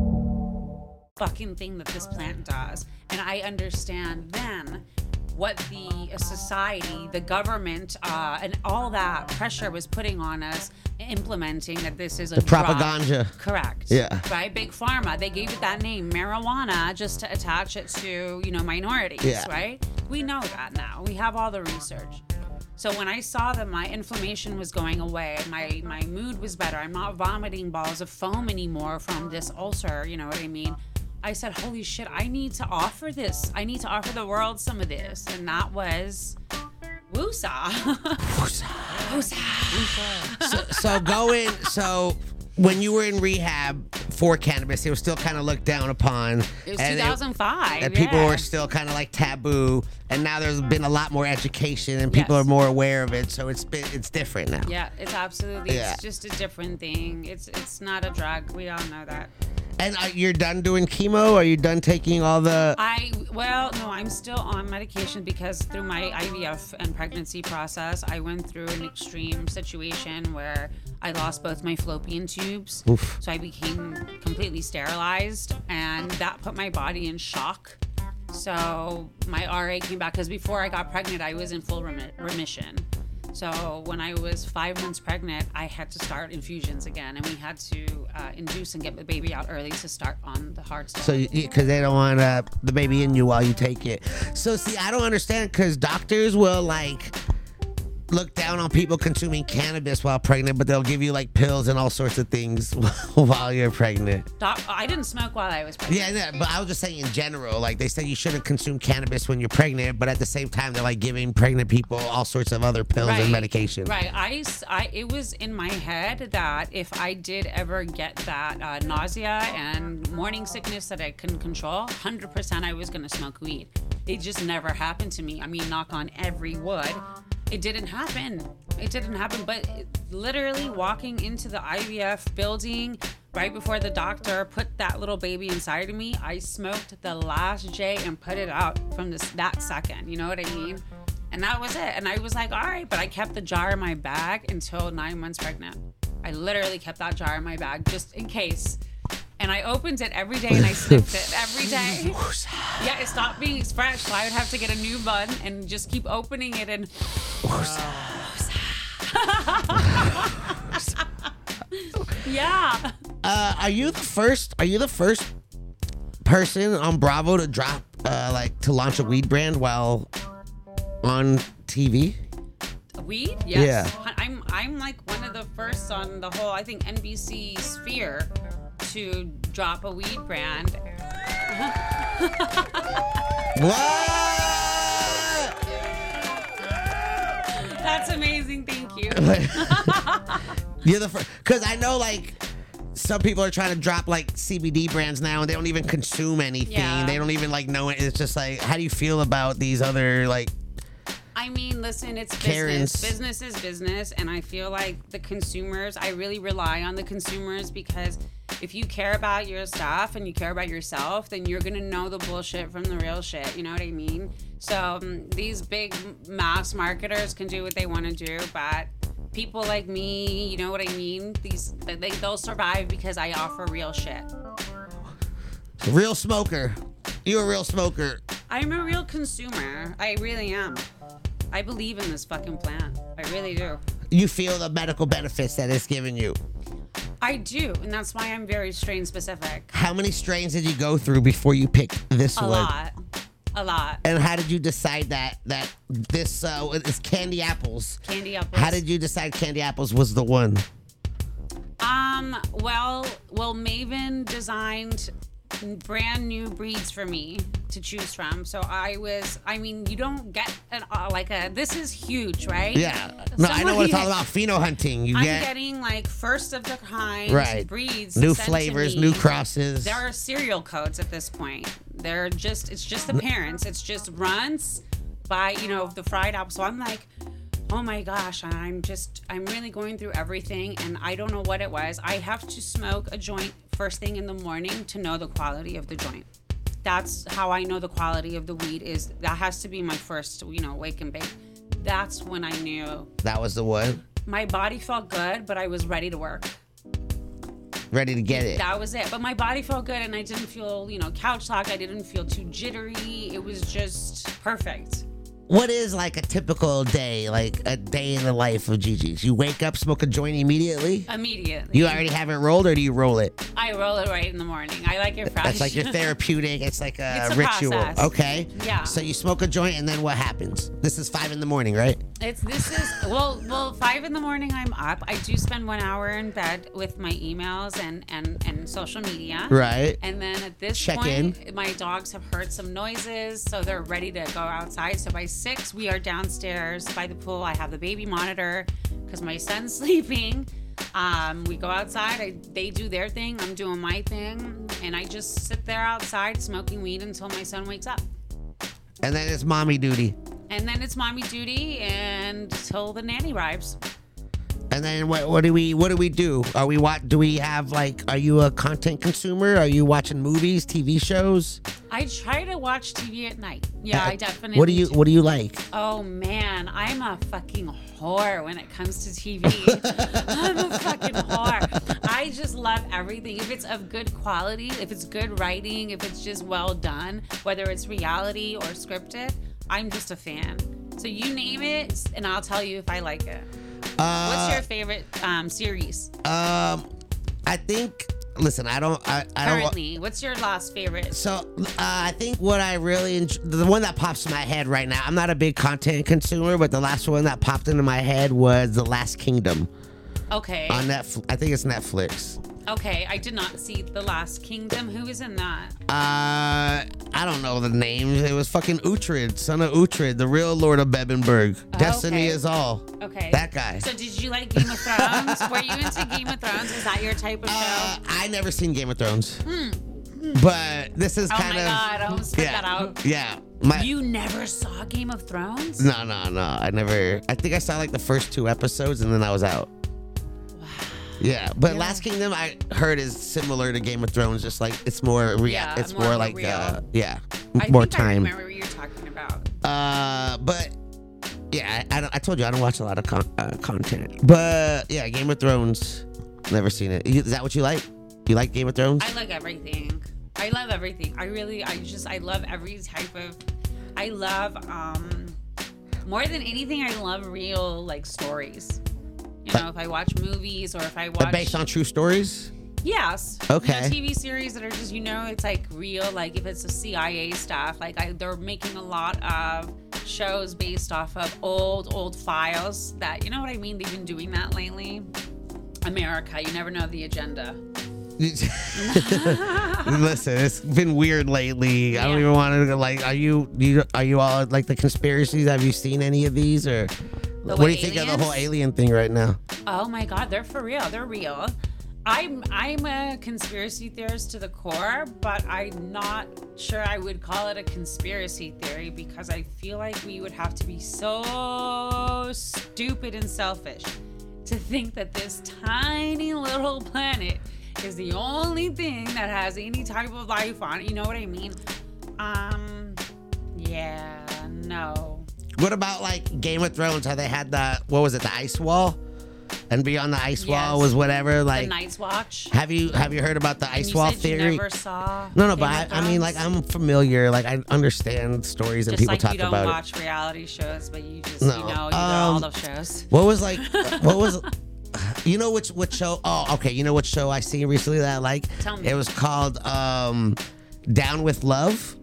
S5: fucking thing that this plant does. And I understand then what the uh, society, the government, uh, and all that pressure was putting on us, implementing that this is a
S3: The
S5: drug.
S3: propaganda.
S5: Correct.
S3: Yeah.
S5: By Big Pharma. They gave it that name, marijuana, just to attach it to, you know, minorities,
S3: Yeah.
S5: right? We know that now. We have all the research. So when I saw that my inflammation was going away, my my mood was better. I'm not vomiting balls of foam anymore from this ulcer. You know what I mean? I said, "Holy shit! I need to offer this. I need to offer the world some of this." And that was woosa. woosa.
S3: so, so going so when you were in rehab for cannabis, it was still kind of looked down upon.
S5: It was
S3: and it-
S5: 2005.
S3: and people
S5: yeah.
S3: were still kind of like taboo, and now there's been a lot more education, and people
S5: Yes.
S3: are more aware of it. So it's been it's different now.
S5: Yeah, it's absolutely.
S3: Yeah.
S5: It's just a different thing. It's it's not a drug. We all know that.
S3: And uh, you're done doing chemo? Are you done taking all the?
S5: I well, no, I'm still on medication because through my IVF and pregnancy process, I went through an extreme situation where I lost both my fallopian tubes.
S3: Oof.
S5: So I became completely sterilized, and that put my body in shock. So my RA came back because before I got pregnant, I was in full remi- remission. So when I was five months pregnant, I had to start infusions again, and we had to uh, induce and get the baby out early to start on the hard stuff.
S3: So, because they don't want uh, the baby in you while you take it. So, see, I don't understand because doctors will like look down on people consuming cannabis while pregnant, but they'll give you like pills and all sorts of things while you're pregnant.
S5: Doc- I didn't smoke while I was pregnant.
S3: Yeah, yeah, but I was just saying in general, like they say you shouldn't consume cannabis when you're pregnant, but at the same time, they're like giving pregnant people all sorts of other pills and medication.
S5: Right. I, s- I- it was in my head that if I did ever get that uh, nausea and morning sickness that I couldn't control, 100% I was going to smoke weed. It just never happened to me. I mean, knock on every wood. It didn't happen. It didn't happen. But it- literally walking into the IVF building right before the doctor put that little baby inside of me, I smoked the last J and put it out from this that second. You know what I mean? And that was it. And I was like, all right, but I kept the jar in my bag until nine months pregnant. I literally kept that jar in my bag just in case. And I opened it every day and I sniffed it every day. Yeah, it stopped being fresh, so I would have to get a new bun and just keep opening it and Yeah.
S3: Uh, are you the first? Are you the first person on Bravo to drop, uh, like, to launch a weed brand while on TV?
S5: Weed? Yes.
S3: Yeah.
S5: Hun- I'm I'm like one of the first on the whole I think NBC sphere to drop a weed brand.
S3: What?
S5: That's amazing, thank you.
S3: You're the first, because I know like some people are trying to drop like CBD brands now, and they don't even consume anything.
S5: Yeah.
S3: They don't even like know it. It's just like, how do you feel about these other like?
S5: I mean, listen, it's
S3: Karens.
S5: business. Business is business, and I feel like the consumers. I really rely on the consumers because if you care about your stuff and you care about yourself, then you're gonna know the bullshit from the real shit. You know what I mean? So um, these big mass marketers can do what they want to do, but people like me, you know what I mean? These they, they'll survive because I offer real shit.
S3: Real smoker. You're a real smoker.
S5: I'm a real consumer. I really am. I believe in this fucking plant. I really do.
S3: You feel the medical benefits that it's giving you.
S5: I do, and that's why I'm very strain specific.
S3: How many strains did you go through before you picked this
S5: A
S3: one?
S5: lot. A lot.
S3: And how did you decide that that this uh, is candy apples?
S5: Candy apples.
S3: How did you decide candy apples was the one?
S5: Um, well, well, Maven designed brand new breeds for me to choose from. So I was, I mean, you don't get an, uh, like a, this is huge, right?
S3: Yeah. No, I know what it's all
S5: Someone-
S3: about. Pheno hunting. You
S5: I'm
S3: get
S5: getting like first of the kind
S3: Right.
S5: breeds.
S3: new
S5: sent to
S3: flavors,
S5: me.
S3: new crosses.
S5: There are serial codes at this point. They're just it's just the parents. It's just runs by, you know, the fried apple. So I'm like, oh my gosh, I'm just I'm really going through everything and I don't know what it was. I have to smoke a joint first thing in the morning to know the quality of the joint. That's how I know the quality of the weed is that has to be my first, you know, wake and bake. That's when I knew
S3: that was the one.
S5: my body felt good, but I was ready to work
S3: Ready to get it.
S5: that was it. But my body felt good and I didn't feel, you know, couch lock. I didn't feel too jittery. It was just perfect.
S3: what is like a typical day, like a day in the life of Gigi's? You wake up, smoke a joint immediately.
S5: Immediately.
S3: You already have it rolled, or do you roll it?
S5: I roll it right in the morning. I like it fresh.
S3: That's like your therapeutic. It's like a
S5: It's a
S3: ritual.
S5: process.
S3: Okay.
S5: Yeah.
S3: So you smoke a joint, and then what happens? This is five in the morning, right?
S5: It's this is well well five in the morning I'm up. I do spend one hour in bed with my emails and and and social media.
S3: Right.
S5: And then at this
S3: Check
S5: point, my dogs have heard some noises, so they're ready to go outside. So by six, we are downstairs by the pool. I have the baby monitor because my son's sleeping. Um, we go outside. I, they do their thing. I'm doing my thing, and I just sit there outside smoking weed until my son wakes up.
S3: And then it's mommy duty.
S5: And then it's mommy duty until the nanny arrives.
S3: And then what? What do we? What do we do? Are we what? Do we have like? Are you a content consumer? Are you watching movies, TV shows? Uh,
S5: I try to watch TV at night. Yeah, I definitely.
S3: What do you? What do you like?
S5: Oh man, I'm a fucking whore when it comes to TV. I'm a fucking whore. I just love everything. If it's of good quality, if it's good writing, if it's just well done, whether it's reality or scripted, I'm just a fan. So you name it, and I'll tell you if I like it.
S3: Uh,
S5: What's your favorite um, series
S3: Um, I think. Listen, I don't. I, I don't. wa-
S5: currently? What's your last favorite?
S3: So uh, I think what I really enj- the one that pops in my head right now. I'm not a big content consumer, but the last one that popped into my head was The Last Kingdom
S5: Okay.
S3: on Netflix. I think it's Netflix.
S5: Okay, I did not see The Last Kingdom. Who is in that?
S3: Uh, I don't know the name. It was fucking Uhtred, son of Uhtred, the real Lord of Bebenberg. Destiny
S5: Oh, okay.
S3: is all.
S5: Okay.
S3: That guy.
S5: So did you like Game of Thrones? Were you into Game of Thrones? Is that your type of show? Oh
S3: Uh, I never seen Game of Thrones, but this is
S5: Hmm. oh
S3: kind
S5: my
S3: of
S5: god, I almost cut
S3: yeah,
S5: that out.
S3: yeah. My
S5: You never saw Game of Thrones?
S3: no, no, no. I never. I think I saw like the first two episodes and then I was out. Yeah, but Last Kingdom I heard is similar to Game of Thrones, just like it's more rea-
S5: Yeah,
S3: it's
S5: more
S3: more,
S5: of a
S3: like
S5: real-
S3: uh, yeah,
S5: I
S3: more
S5: think I
S3: time.
S5: remember what you're talking about.
S3: Uh, but yeah, I, I, don't- I told you I don't watch a lot of con- uh, content. But yeah, Game of Thrones, never seen it. You- Is that what you like? You like Game of Thrones?
S5: I like everything. I love everything. I really, I just, I love every type of. I love um more than anything. I love real like stories. You know, if I watch movies or if I watch
S3: But based on true stories.
S5: Yes.
S3: Okay.
S5: You know, TV series that are just, you know, it's like real. Like if it's the CIA stuff, like I, they're making a lot of shows based off of old, old files. That you know what I mean? They've been doing that lately. America, you never know the agenda.
S3: Listen, it's been weird lately. I don't
S5: Yeah.
S3: even want to go, like. Are you you are you all like the conspiracies? Have you seen any of these or?
S5: The
S3: what do you
S5: what,
S3: think of the whole
S5: aliens?
S3: alien thing right now?
S5: Oh my God, they're for real. They're real. I'm I'm a conspiracy theorist to the core, but I'm not sure I would call it a conspiracy theory because I feel like we would have to be so stupid and selfish to think that this tiny little planet is the only thing that has any type of life on it. You know what I mean? Um yeah, no.
S3: What about like Game of Thrones? How they had the what was it the ice wall, and beyond the ice wall
S5: Yes.
S3: was whatever
S5: The
S3: like.
S5: Night's Watch.
S3: Have you have you heard about the
S5: And
S3: ice
S5: you
S3: wall
S5: said you
S3: theory?
S5: never saw
S3: no, no,
S5: Game
S3: but I,
S5: of
S3: I mean, like
S5: Thrones?
S3: I'm familiar. Like I understand stories and
S5: Just
S3: people
S5: like
S3: talk
S5: you don't
S3: about it.
S5: watch reality shows, but you just
S3: No.
S5: you know you
S3: Um,
S5: know all the shows.
S3: What was like? what was? You know which what show? Oh, okay. You know what show I seen recently that I like?
S5: Tell me.
S3: It was called um, Down with Love.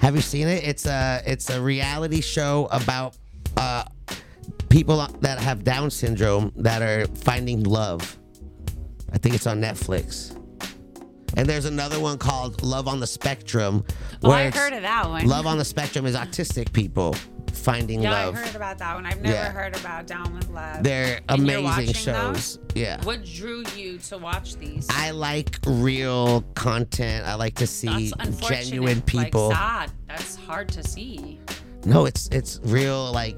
S3: Have you seen it? It's a it's a reality show about uh, people that have Down syndrome that are finding love. I think it's on Netflix. And there's another one called Love on the Spectrum.
S5: Well,
S3: where
S5: Oh, I
S3: it's-
S5: heard of that one.
S3: Love on the Spectrum is autistic people finding
S5: yeah,
S3: love.
S5: I heard about that one. I've never
S3: Yeah.
S5: heard about Down with Love.
S3: They're
S5: And you're
S3: amazing
S5: watching them?
S3: shows. Yeah.
S5: What drew you to watch these?
S3: I like real content. I like to see
S5: That's unfortunate.
S3: genuine people.
S5: Like, sad. That's hard to see.
S3: no, it's it's real like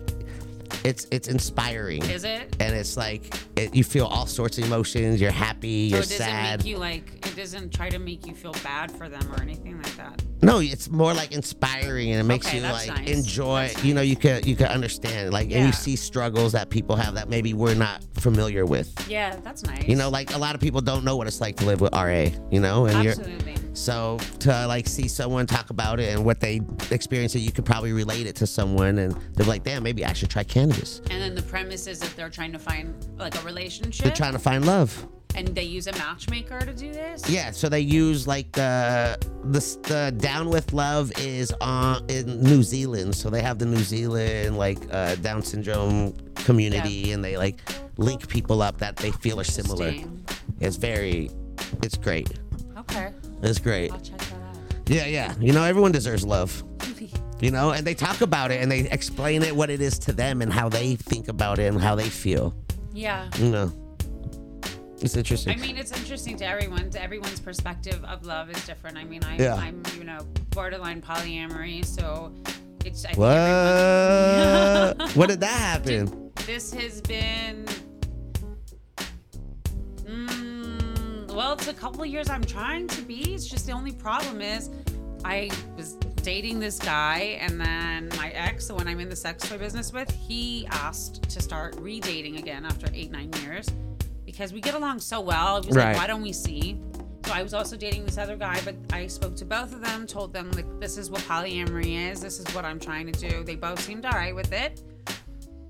S3: it's it's inspiring.
S5: Is it?
S3: And it's like it, you feel all sorts of emotions. You're happy,
S5: So
S3: you're
S5: Oh, it doesn't
S3: sad.
S5: make you like. It doesn't try to make you feel bad for them or anything like that.
S3: no, it's more like inspiring and it makes
S5: Okay,
S3: you
S5: that's
S3: like
S5: nice.
S3: enjoy, you know, you can you can understand like and
S5: Yeah.
S3: you see struggles that people have that maybe we're not familiar with.
S5: Yeah, that's nice.
S3: You know, like a lot of people don't know what it's like to live with RA, you know, and you're
S5: absolutely.
S3: So to like see someone talk about it and what they experience, it, you could probably relate it to someone, and they're like, "Damn, maybe I should try cannabis."
S5: And then the premise is that they're trying to find like a relationship.
S3: They're trying to find love.
S5: and they use a matchmaker to do this.
S3: Yeah, so they use like the the, the Down with Love is on in New Zealand, so they have the New Zealand like uh, Down syndrome community, and they like link people up that they feel are similar.
S5: Interesting.
S3: It's very, it's great.
S5: Okay.
S3: It's great.
S5: I'll check that out.
S3: Yeah, yeah. You know, everyone deserves love. You know, and they talk about it and they explain it what it is to them and how they think about it and how they feel.
S5: Yeah.
S3: You know, it's interesting.
S5: I mean, it's interesting to everyone. To everyone's perspective of love is different. I mean, I'm,
S3: Yeah.
S5: I'm you know, borderline polyamory, so it's. I think everyone-
S3: what? what did that happen?
S5: this has been. Mm, well, it's a couple years I'm trying to be. It's just the only problem is I was dating this guy, and then my ex, the one I'm in the sex toy business with, he asked to start redating again after eight, nine years because we get along so well. It was
S3: Right.
S5: like, why don't we see? So I was also dating this other guy, but I spoke to both of them, told them, like, this is what polyamory is, this is what I'm trying to do. They both seemed all right with it.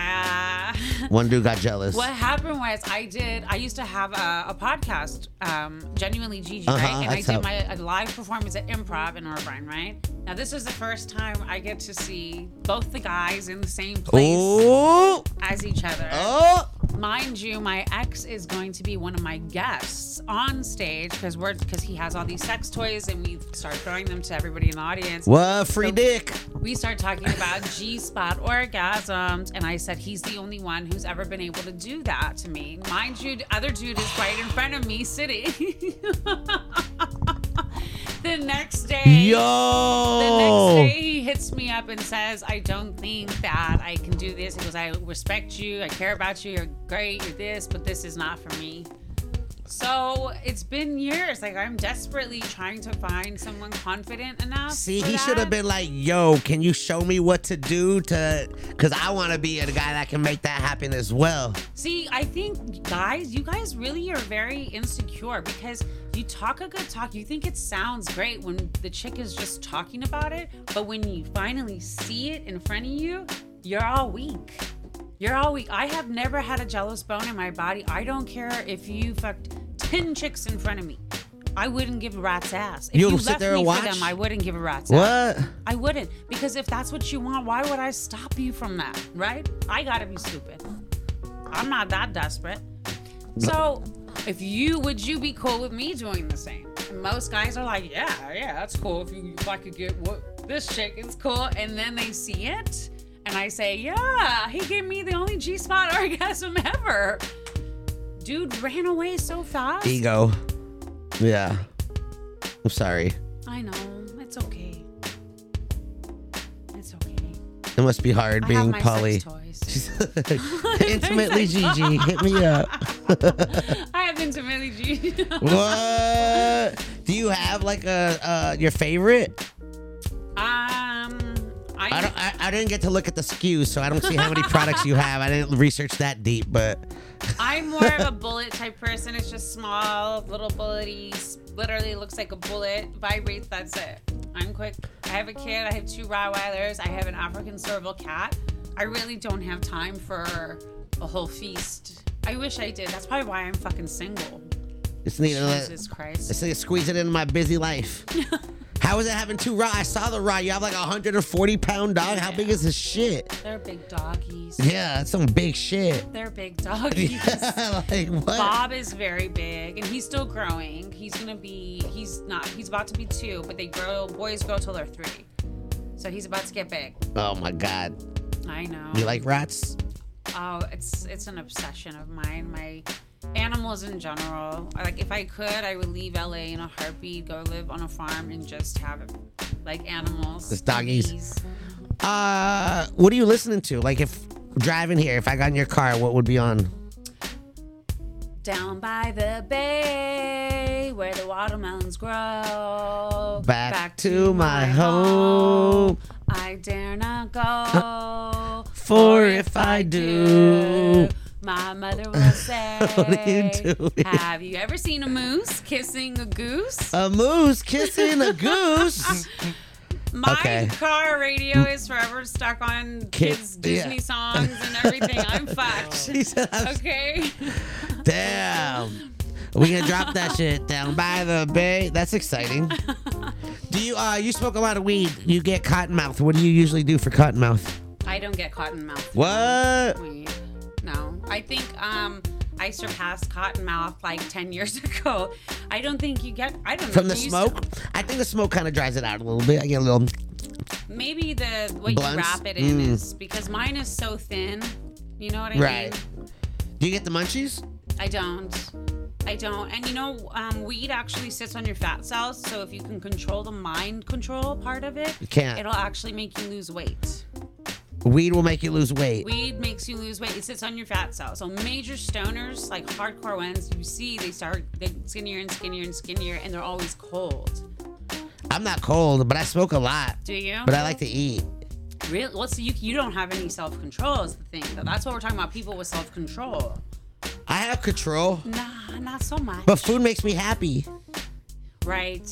S5: Uh,
S3: One dude got jealous.
S5: what happened was I did. I used to have a, a podcast, um, genuinely Gigi,
S3: Uh-huh,
S5: right? And I
S3: that's
S5: did
S3: how-
S5: my a live performance at Improv in Irvine, right? Now this is the first time I get to see both the guys in the same place
S3: Oh,
S5: as each other.
S3: oh,
S5: Mind you, my ex is going to be one of my guests on stage because we're because he has all these sex toys and we start throwing them to everybody in the audience
S3: what free dick?
S5: we started talking about G spot orgasms, and I said he's the only one who's ever been able to do that to me. Mind you, the other dude is right in front of me sitting. the next day, the next
S3: Yo,
S5: day he hits me up and says, I don't think that I can do this. He goes, I respect you, I care about you, you're great, you're this, but this is not for me. So it's been years. Like I'm desperately trying to find someone confident enough.
S3: see,
S5: for
S3: he should have
S5: that.
S3: been like, "Yo, can you show me what to do to? Cause I want to be a guy that can make that happen as well."
S5: See, I think guys, you guys really are very insecure because you talk a good talk. You think it sounds great when the chick is just talking about it, but when you finally see it in front of you, you're all weak. You're all weak. I have never had a jealous bone in my body. I don't care if you fucked 10 chicks in front of me. I wouldn't give a rat's ass. If
S3: You'll
S5: you
S3: sit
S5: left
S3: there
S5: me
S3: and
S5: for
S3: watch?
S5: them, I wouldn't give a rat's ass.
S3: What?
S5: I wouldn't because if that's what you want, why would I stop you from that, right? I gotta be stupid. I'm not that desperate. So, if you would you be cool with me doing the same? And most guys are like, yeah, yeah, that's cool. If you if I could get what this chick, it's cool. And then they see it, and I say, yeah, he gave me the only G spot orgasm ever. Dude ran away so fast.
S3: Ego. Yeah. I'm sorry.
S5: I know, it's okay. It's okay.
S3: It must be hard
S5: I have
S3: being
S5: my
S3: poly.
S5: sex toys.
S3: Intimately Gigi, hit me up.
S5: I have intimately G. Um,
S3: What? Do you have like a uh, your favorite?
S5: um, I,
S3: I don't. I, I didn't get to look at the SKU, so I don't see how many products you have. I didn't research that deep, but
S5: I'm more of a bullet type person. It's just small, little bullety, s- literally looks like a bullet, vibrates, that's it. I'm quick. I have a kid, I have two Rottweilers, I have an African serval cat. I really don't have time for a whole feast. I wish I did. That's probably why I'm fucking single.
S3: it's neat. to let-
S5: Jesus
S3: I
S5: Christ.
S3: say squeeze it into my busy life. How is it having two raw? I saw the raw. You have like a 140 pound dog. How big is this shit?
S5: They're big doggies.
S3: Yeah, it's some big shit.
S5: They're big doggies.
S3: like what?
S5: Bob is very big and he's still growing. He's gonna be he's not he's about to be two, but they grow boys grow till they're three. So he's about to get big.
S3: Oh my god.
S5: I know.
S3: You like rats?
S5: oh, it's it's an obsession of mine. My animals in general. Like if I could, I would leave LA in a heartbeat, go live on a farm and just have like animals.
S3: Just doggies.
S5: bees.
S3: Uh, what are you listening to? Like, if driving here, if I got in your car, what would be on?
S5: Down by the bay where the watermelons grow.
S3: Back to my home.
S5: I dare not go.
S3: For if I do,
S5: My mother will say,
S3: are you doing?
S5: Have you ever seen a moose kissing a goose?
S3: A moose kissing a goose.
S5: My
S3: okay.
S5: car radio is forever stuck on kids'
S3: yeah.
S5: Disney songs and everything. I'm fucked.
S3: She said, "I'm
S5: Okay.
S3: Damn. We gonna drop that shit down by the bay. That's exciting. Do you uh you smoke a lot of weed? You get cottonmouth. What do you usually do for cottonmouth?
S5: I don't get cottonmouth.
S3: What?
S5: Wait, No, I think um, I surpassed Cottonmouth like ten years ago. I don't think you get. I don't know.
S3: From the
S5: you used
S3: smoke?
S5: to-
S3: I think the smoke kind of dries it out a little bit. I get a little.
S5: maybe the what
S3: Blunts?
S5: you wrap it in
S3: Mm.
S5: is because mine is so thin. You know what I
S3: Right.
S5: mean?
S3: Do you get the munchies?
S5: I don't. I don't. And you know, um, weed actually sits on your fat cells. So if you can control the mind control part of it,
S3: You can't.
S5: it'll actually make you lose weight.
S3: Weed will make you lose weight.
S5: Weed makes you lose weight. It sits on your fat cells. So major stoners, like hardcore ones, you see they start they get skinnier and skinnier and skinnier, and they're always cold.
S3: I'm not cold, but I smoke a lot.
S5: Do you?
S3: But I like to eat.
S5: really. Well, so you you don't have any self control is the thing. Though. That's what we're talking about. People with self control.
S3: I have control,
S5: Nah, not so much.
S3: but food makes me happy,
S5: right.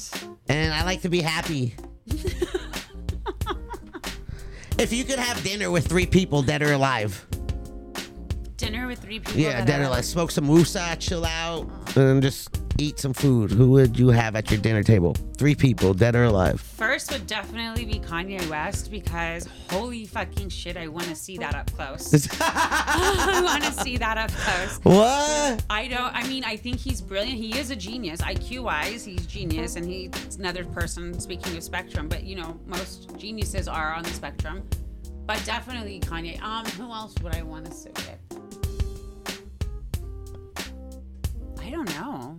S3: and I like to be happy. if you could have dinner with three people dead or alive,
S5: Dinner with three people.
S3: yeah,
S5: that
S3: dead or
S5: are-
S3: alive, smoke some wusa, chill out, and just eat some food. Who would you have at your dinner table? Three people, dead or alive.
S5: First would definitely be Kanye West because holy fucking shit, I want to see that up close. I want to see that up close.
S3: What?
S5: I don't. I mean, I think he's brilliant. He is a genius. IQ wise, he's genius, and he's another person speaking of spectrum. But you know, most geniuses are on the spectrum. But definitely Kanye. Um, who else would I want to sit with? I don't know.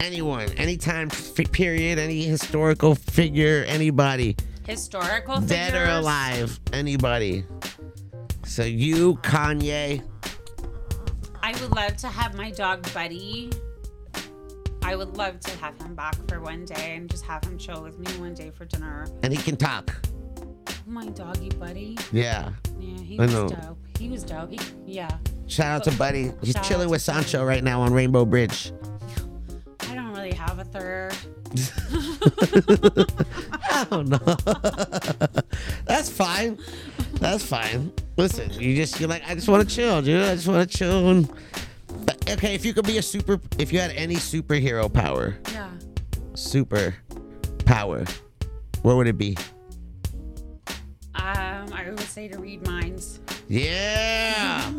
S3: Anyone, any time f- period, any historical figure, anybody,
S5: Historical
S3: dead or
S5: figures?
S3: alive, anybody. So you, Kanye,
S5: I would love to have my dog Buddy. I would love to have him back for one day and just have him chill with me one day for dinner.
S3: and he can talk.
S5: My doggy Buddy.
S3: Yeah.
S5: Yeah, he
S3: I
S5: was
S3: know.
S5: dope. He was dope. He, yeah.
S3: Shout out to Buddy. He's
S5: Shout out
S3: chilling
S5: to
S3: with Sancho right now on Rainbow Bridge.
S5: I don't really have a third.
S3: I don't know. Oh, That's fine. That's fine. Listen, you just you're like, I just want to chill, dude. I just want to chill. And... But, okay, if you could be a super, if you had any superhero power,
S5: Yeah.
S3: super power, what would it be?
S5: Um, I would say to read minds.
S3: Yeah.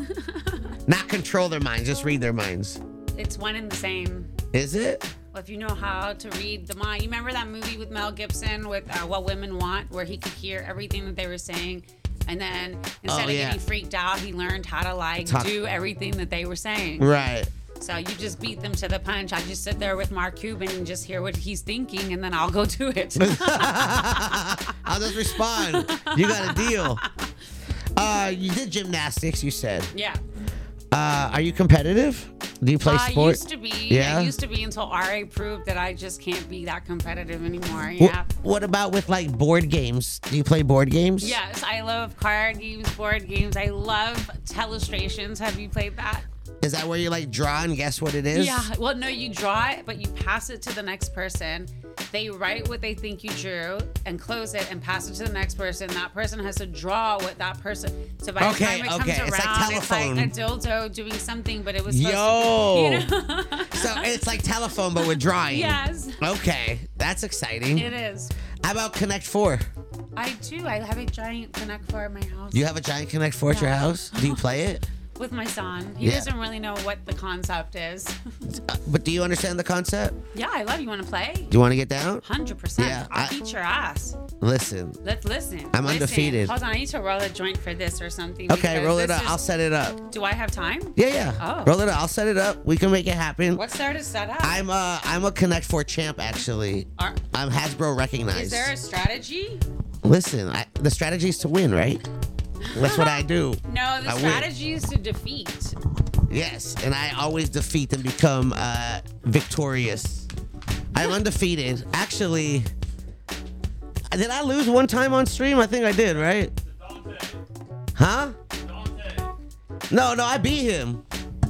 S3: Not control their minds, just read their minds.
S5: It's one and the same.
S3: Is it?
S5: Well, if you know how to read the mind, you remember that movie with Mel Gibson with uh, What Women Want, where he could hear everything that they were saying, and then instead of
S3: Oh, yeah.
S5: getting freaked out, he learned how to like
S3: Talk- Mm.
S5: do everything that they were saying.
S3: Right.
S5: So you just beat them to the punch. I just sit there with Mark Cuban and just hear what he's thinking, and then I'll go do it.
S3: I'll just respond. You got a deal. Uh, you did gymnastics, you said.
S5: yeah.
S3: Uh, are you competitive? Do you play
S5: I
S3: sports?
S5: used to be.
S3: Yeah?
S5: I used to be until RA proved that I just can't be that competitive anymore. Yeah.
S3: What about with like board games? Do you play board games?
S5: Yes, I love card games, board games. I love telestrations. Have you played that?
S3: Is that where you like draw and guess what it is?
S5: Yeah. Well, no, you draw it, but you pass it to the next person. They write what they think you drew and close it and pass it to the next person. That person has to draw what that person. So by
S3: Okay, okay.
S5: the time it
S3: It's
S5: comes
S3: like
S5: around, it's like,
S3: telephone.
S5: a dildo doing something, but it was supposed
S3: Yo.
S5: To, you know?
S3: so it's like telephone but with drawing.
S5: Yes.
S3: Okay, that's exciting.
S5: it is.
S3: How about Connect Four?
S5: I do. I have a giant Connect Four in my house.
S3: Do you have a giant Connect Four at your
S5: Yeah.
S3: house? Do you play it?
S5: with my son. He
S3: Yeah.
S5: doesn't really know what the concept is.
S3: Uh, but do you understand the concept?
S5: yeah, I love you. Want to play?
S3: Do you want to get down?
S5: Hundred percent.
S3: Yeah,
S5: I'll
S3: I-
S5: beat your ass.
S3: Listen.
S5: Let's listen.
S3: I'm
S5: Listen.
S3: undefeated.
S5: Hold on, I need to roll a joint for this or something.
S3: Okay,
S5: because
S3: roll it
S5: this
S3: up.
S5: is-
S3: I'll set it up.
S5: Do I have time?
S3: Yeah, yeah.
S5: Oh.
S3: Roll it up. I'll set it up. We can make it happen.
S5: What's there to set up?
S3: I'm a I'm a Connect Four champ actually.
S5: Are-
S3: I'm Hasbro recognized.
S5: is there a strategy?
S3: Listen, I, the strategy is to win, right? That's what I do.
S5: No, the
S3: I win.
S5: strategy is to defeat.
S3: Yes, and I always defeat and become uh, victorious. I'm undefeated. Actually, did I lose one time on stream? I think I did, right? Huh?
S1: Dante.
S3: No, no, I beat him.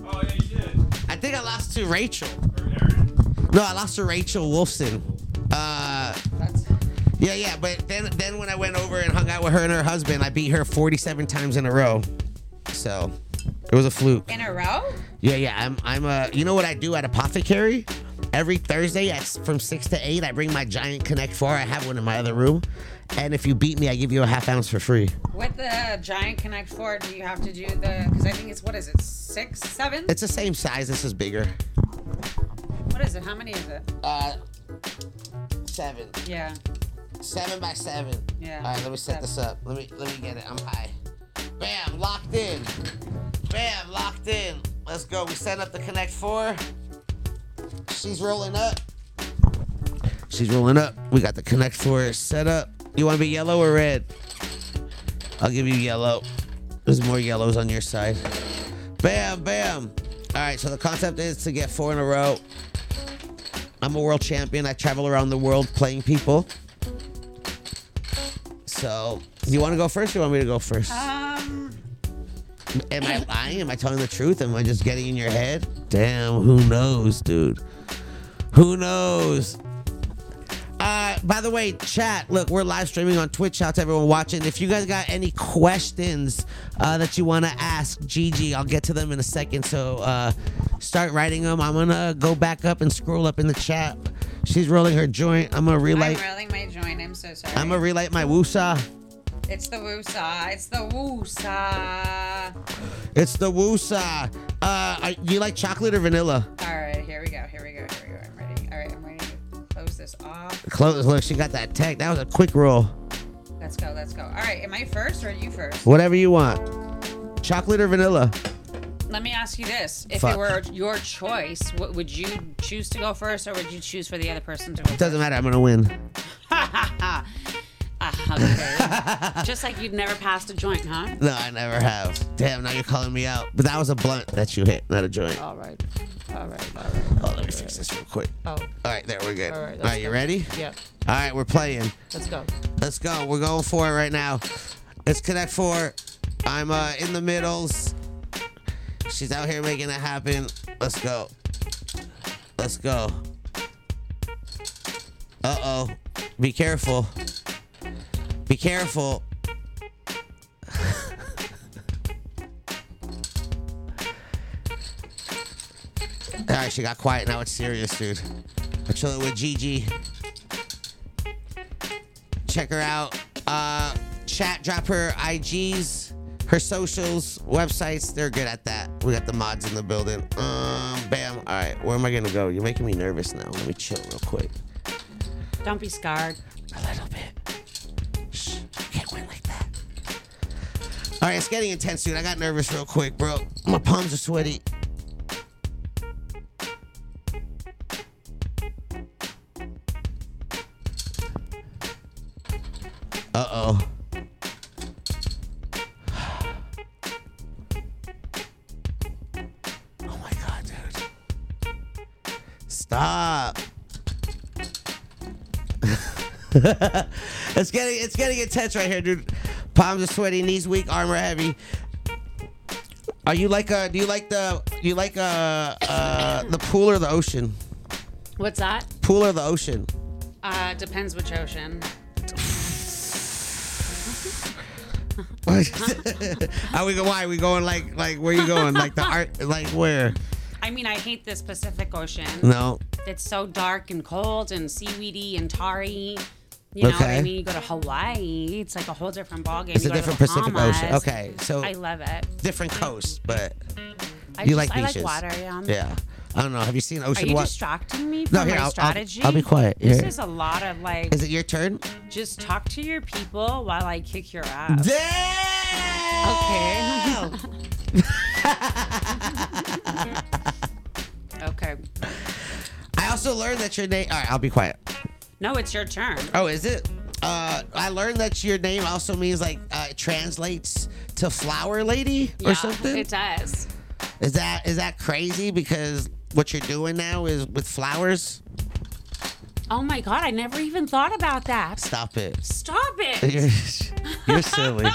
S1: Oh, yeah, you did.
S3: I think I lost to Rachel.
S1: Or Aaron.
S3: No, I lost to Rachel Wolfson. Uh, yeah, yeah. But then, then when I went over and hung out with her and her husband, I beat her 47 times in a row. So it was a fluke.
S5: In a row?
S3: Yeah, yeah. I'm, I'm a. You know what I do at Apothecary? Every Thursday at, from six to eight, I bring my giant Connect Four. I have one in my other room, and if you beat me, I give you a half ounce for free.
S5: With the Giant Connect 4, do you have to do the. Because I think it's, what is it, six, seven?
S3: It's the same size. This is bigger.
S5: what is it? How many is it?
S3: Uh, seven.
S5: Yeah.
S3: Seven by seven.
S5: Yeah.
S3: All right, let me set this up. Let me let me get it. I'm high. Bam, locked in. Bam, locked in. Let's go. We set up the Connect Four. She's rolling up. She's rolling up. We got the Connect Four set up. You want to be yellow or red? I'll give you yellow. There's more yellows on your side. Bam, bam. All right, so the concept is to get four in a row. I'm a world champion. I travel around the world playing people. So, do you want to go first or you want me to go first?
S5: Um,
S3: Am I lying? Am I telling the truth? Am I just getting in your head? Damn, who knows, dude? Who knows? Uh, by the way, chat, look, we're live streaming on Twitch. Out to everyone watching. If you guys got any questions uh, that you want to ask Gigi, I'll get to them in a second. So uh, start writing them. I'm going to go back up and scroll up in the chat. She's rolling her joint. I'm going to relight.
S5: I'm rolling my joint. I'm so sorry.
S3: I'm going to relight my woosah.
S5: it's the woosah. It's the woosah.
S3: It's the woosah. Uh, I- you like chocolate or vanilla?
S5: All right, here we go. Here we go. Here we go. I'm ready. All right, I'm ready to close this off.
S3: Close. Look, she got that tech. That was a quick roll.
S5: Let's go. Let's go. All right, am I first or are you first?
S3: Whatever you want. Chocolate or vanilla?
S5: Let me ask you this: If
S3: Fuck.
S5: it were your choice, what, would you choose to go first, or would you choose for the other person to go? first?
S3: Doesn't matter. I'm gonna win.
S5: Ah, okay. Just like you'd never passed a joint, huh?
S3: No, I never have. Damn. Now you're calling me out. But that was a blunt that you hit, not a joint.
S5: All right. All right. All right.
S3: Oh, let me fix this real quick.
S5: Oh,
S3: All right, there we're good. All
S5: All
S3: right,
S5: right, let's
S3: you
S5: go.
S3: ready?
S5: yeah.
S3: All right, we're playing.
S5: Let's go.
S3: Let's go. We're going for it right now. It's Connect Four. I'm uh, in the middles. She's out here making it happen. Let's go. Let's go. Uh oh. Be careful. Be careful. All right, she got quiet. Now it's serious, dude. I'm chilling with Gigi check her out. Uh, chat, drop her IGs, her socials, websites. They're good at that. We got the mods in the building. Um, bam. All right, where am I gonna go? You're making me nervous now. Let me chill real quick.
S5: Don't be scarred.
S3: A little bit. Shh, you can't win like that. All right, it's getting intense, dude. I got nervous real quick, bro. My palms are sweaty. Uh oh. Oh my god, dude. Stop. It's getting it's getting intense right here, dude. Palms are sweaty, knees weak, arm are heavy. Are you like uh do you like the do you like uh uh the pool or the ocean?
S5: What's that?
S3: Pool or the ocean?
S5: Uh, depends which ocean.
S3: Are we go why? we going like like where you going? Like the art like where?
S5: I mean, I hate this Pacific Ocean.
S3: No.
S5: It's so dark and cold and seaweedy and tarry. You know what
S3: Okay.
S5: I mean? You go to Hawaii, it's like a whole different ballgame.
S3: It's
S5: You
S3: a
S5: go to the
S3: different Pacific Ocean.
S5: Bahamas.
S3: Okay, so-
S5: I love it.
S3: Different coast, but
S5: I
S3: you
S5: just,
S3: like
S5: I
S3: beaches.
S5: like water. Yeah.
S3: Yeah. I don't know. Have you seen
S5: Are
S3: Ocean
S5: you
S3: Wa-
S5: distracting me from
S3: here, I'll-
S5: my
S3: I'll-
S5: strategy?
S3: I'll be quiet.
S5: This
S3: Here.
S5: is a lot of like,
S3: Is it your turn?
S5: just talk to your people while I kick your ass.
S3: Damn! Okay.
S5: okay.
S3: I also learned that your name. All right, I'll be quiet.
S5: No, it's your turn.
S3: Oh, is it? Uh, I learned that your name also means like uh, it translates to flower lady or
S5: Yeah,
S3: something.
S5: It does.
S3: Is that is that crazy? Because what you're doing now is with flowers.
S5: Oh my God, I never even thought about that.
S3: Stop it.
S5: Stop it.
S3: You're, you're silly.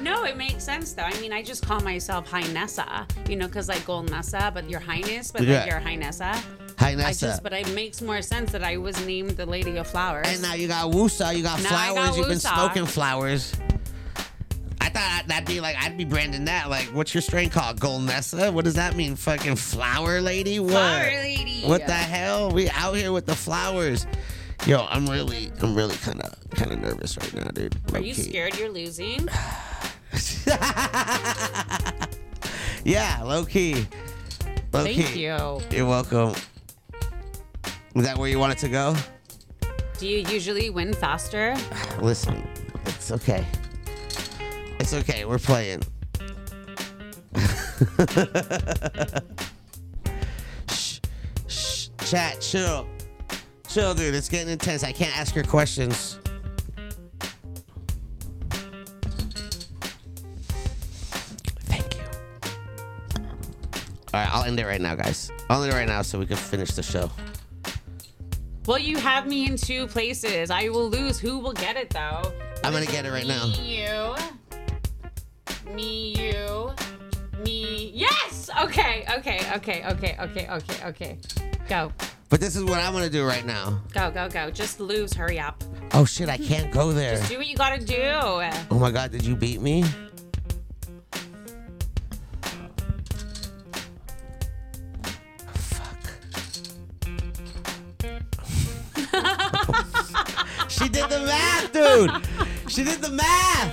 S5: No, it makes sense though. I mean, I just call myself High Nessa, you know, because like Gold Nessa, but your Highness, but
S3: Yeah.
S5: like your High Nessa.
S3: Hi,
S5: I
S3: Nessa.
S5: just, but it makes more sense that I was named the Lady of Flowers.
S3: And now you got Wusa, you got
S5: Now I
S3: flowers,
S5: got
S3: you've been
S5: Wusa.
S3: smoking flowers. I thought that'd be like I'd be branding that like what's your strain called? Gold Nessa? What does that mean? Fucking flower lady? What?
S5: Flower lady.
S3: What the hell? We out here with the flowers. Yo, I'm really I'm really kinda kinda nervous right now, dude.
S5: Are you
S3: Low-key.
S5: scared you're losing?
S3: Yeah, low key. Low
S5: Thank
S3: key.
S5: you.
S3: You're welcome. Is that where you want it to go?
S5: Do you usually win faster?
S3: Listen, it's okay. It's okay. We're playing. shh, shh, chat, chill, chill, dude. It's getting intense. I can't ask your questions. Thank you. All right, I'll end it right now, guys. I'll end it right now so we can finish the show.
S5: Well, you have me in two places. I will lose. Who will get it though?
S3: I'm gonna get it right now.
S5: Me, you. Me, you. Me. Yes! Okay, okay, okay, okay, okay, okay, okay. Go,
S3: But this is what I'm gonna do right now.
S5: go, go, go. Just lose. Hurry up.
S3: Oh shit, I can't go there.
S5: Do what you gotta do.
S3: Oh my god, did you beat me? Fuck. she did the math, dude. She did the math.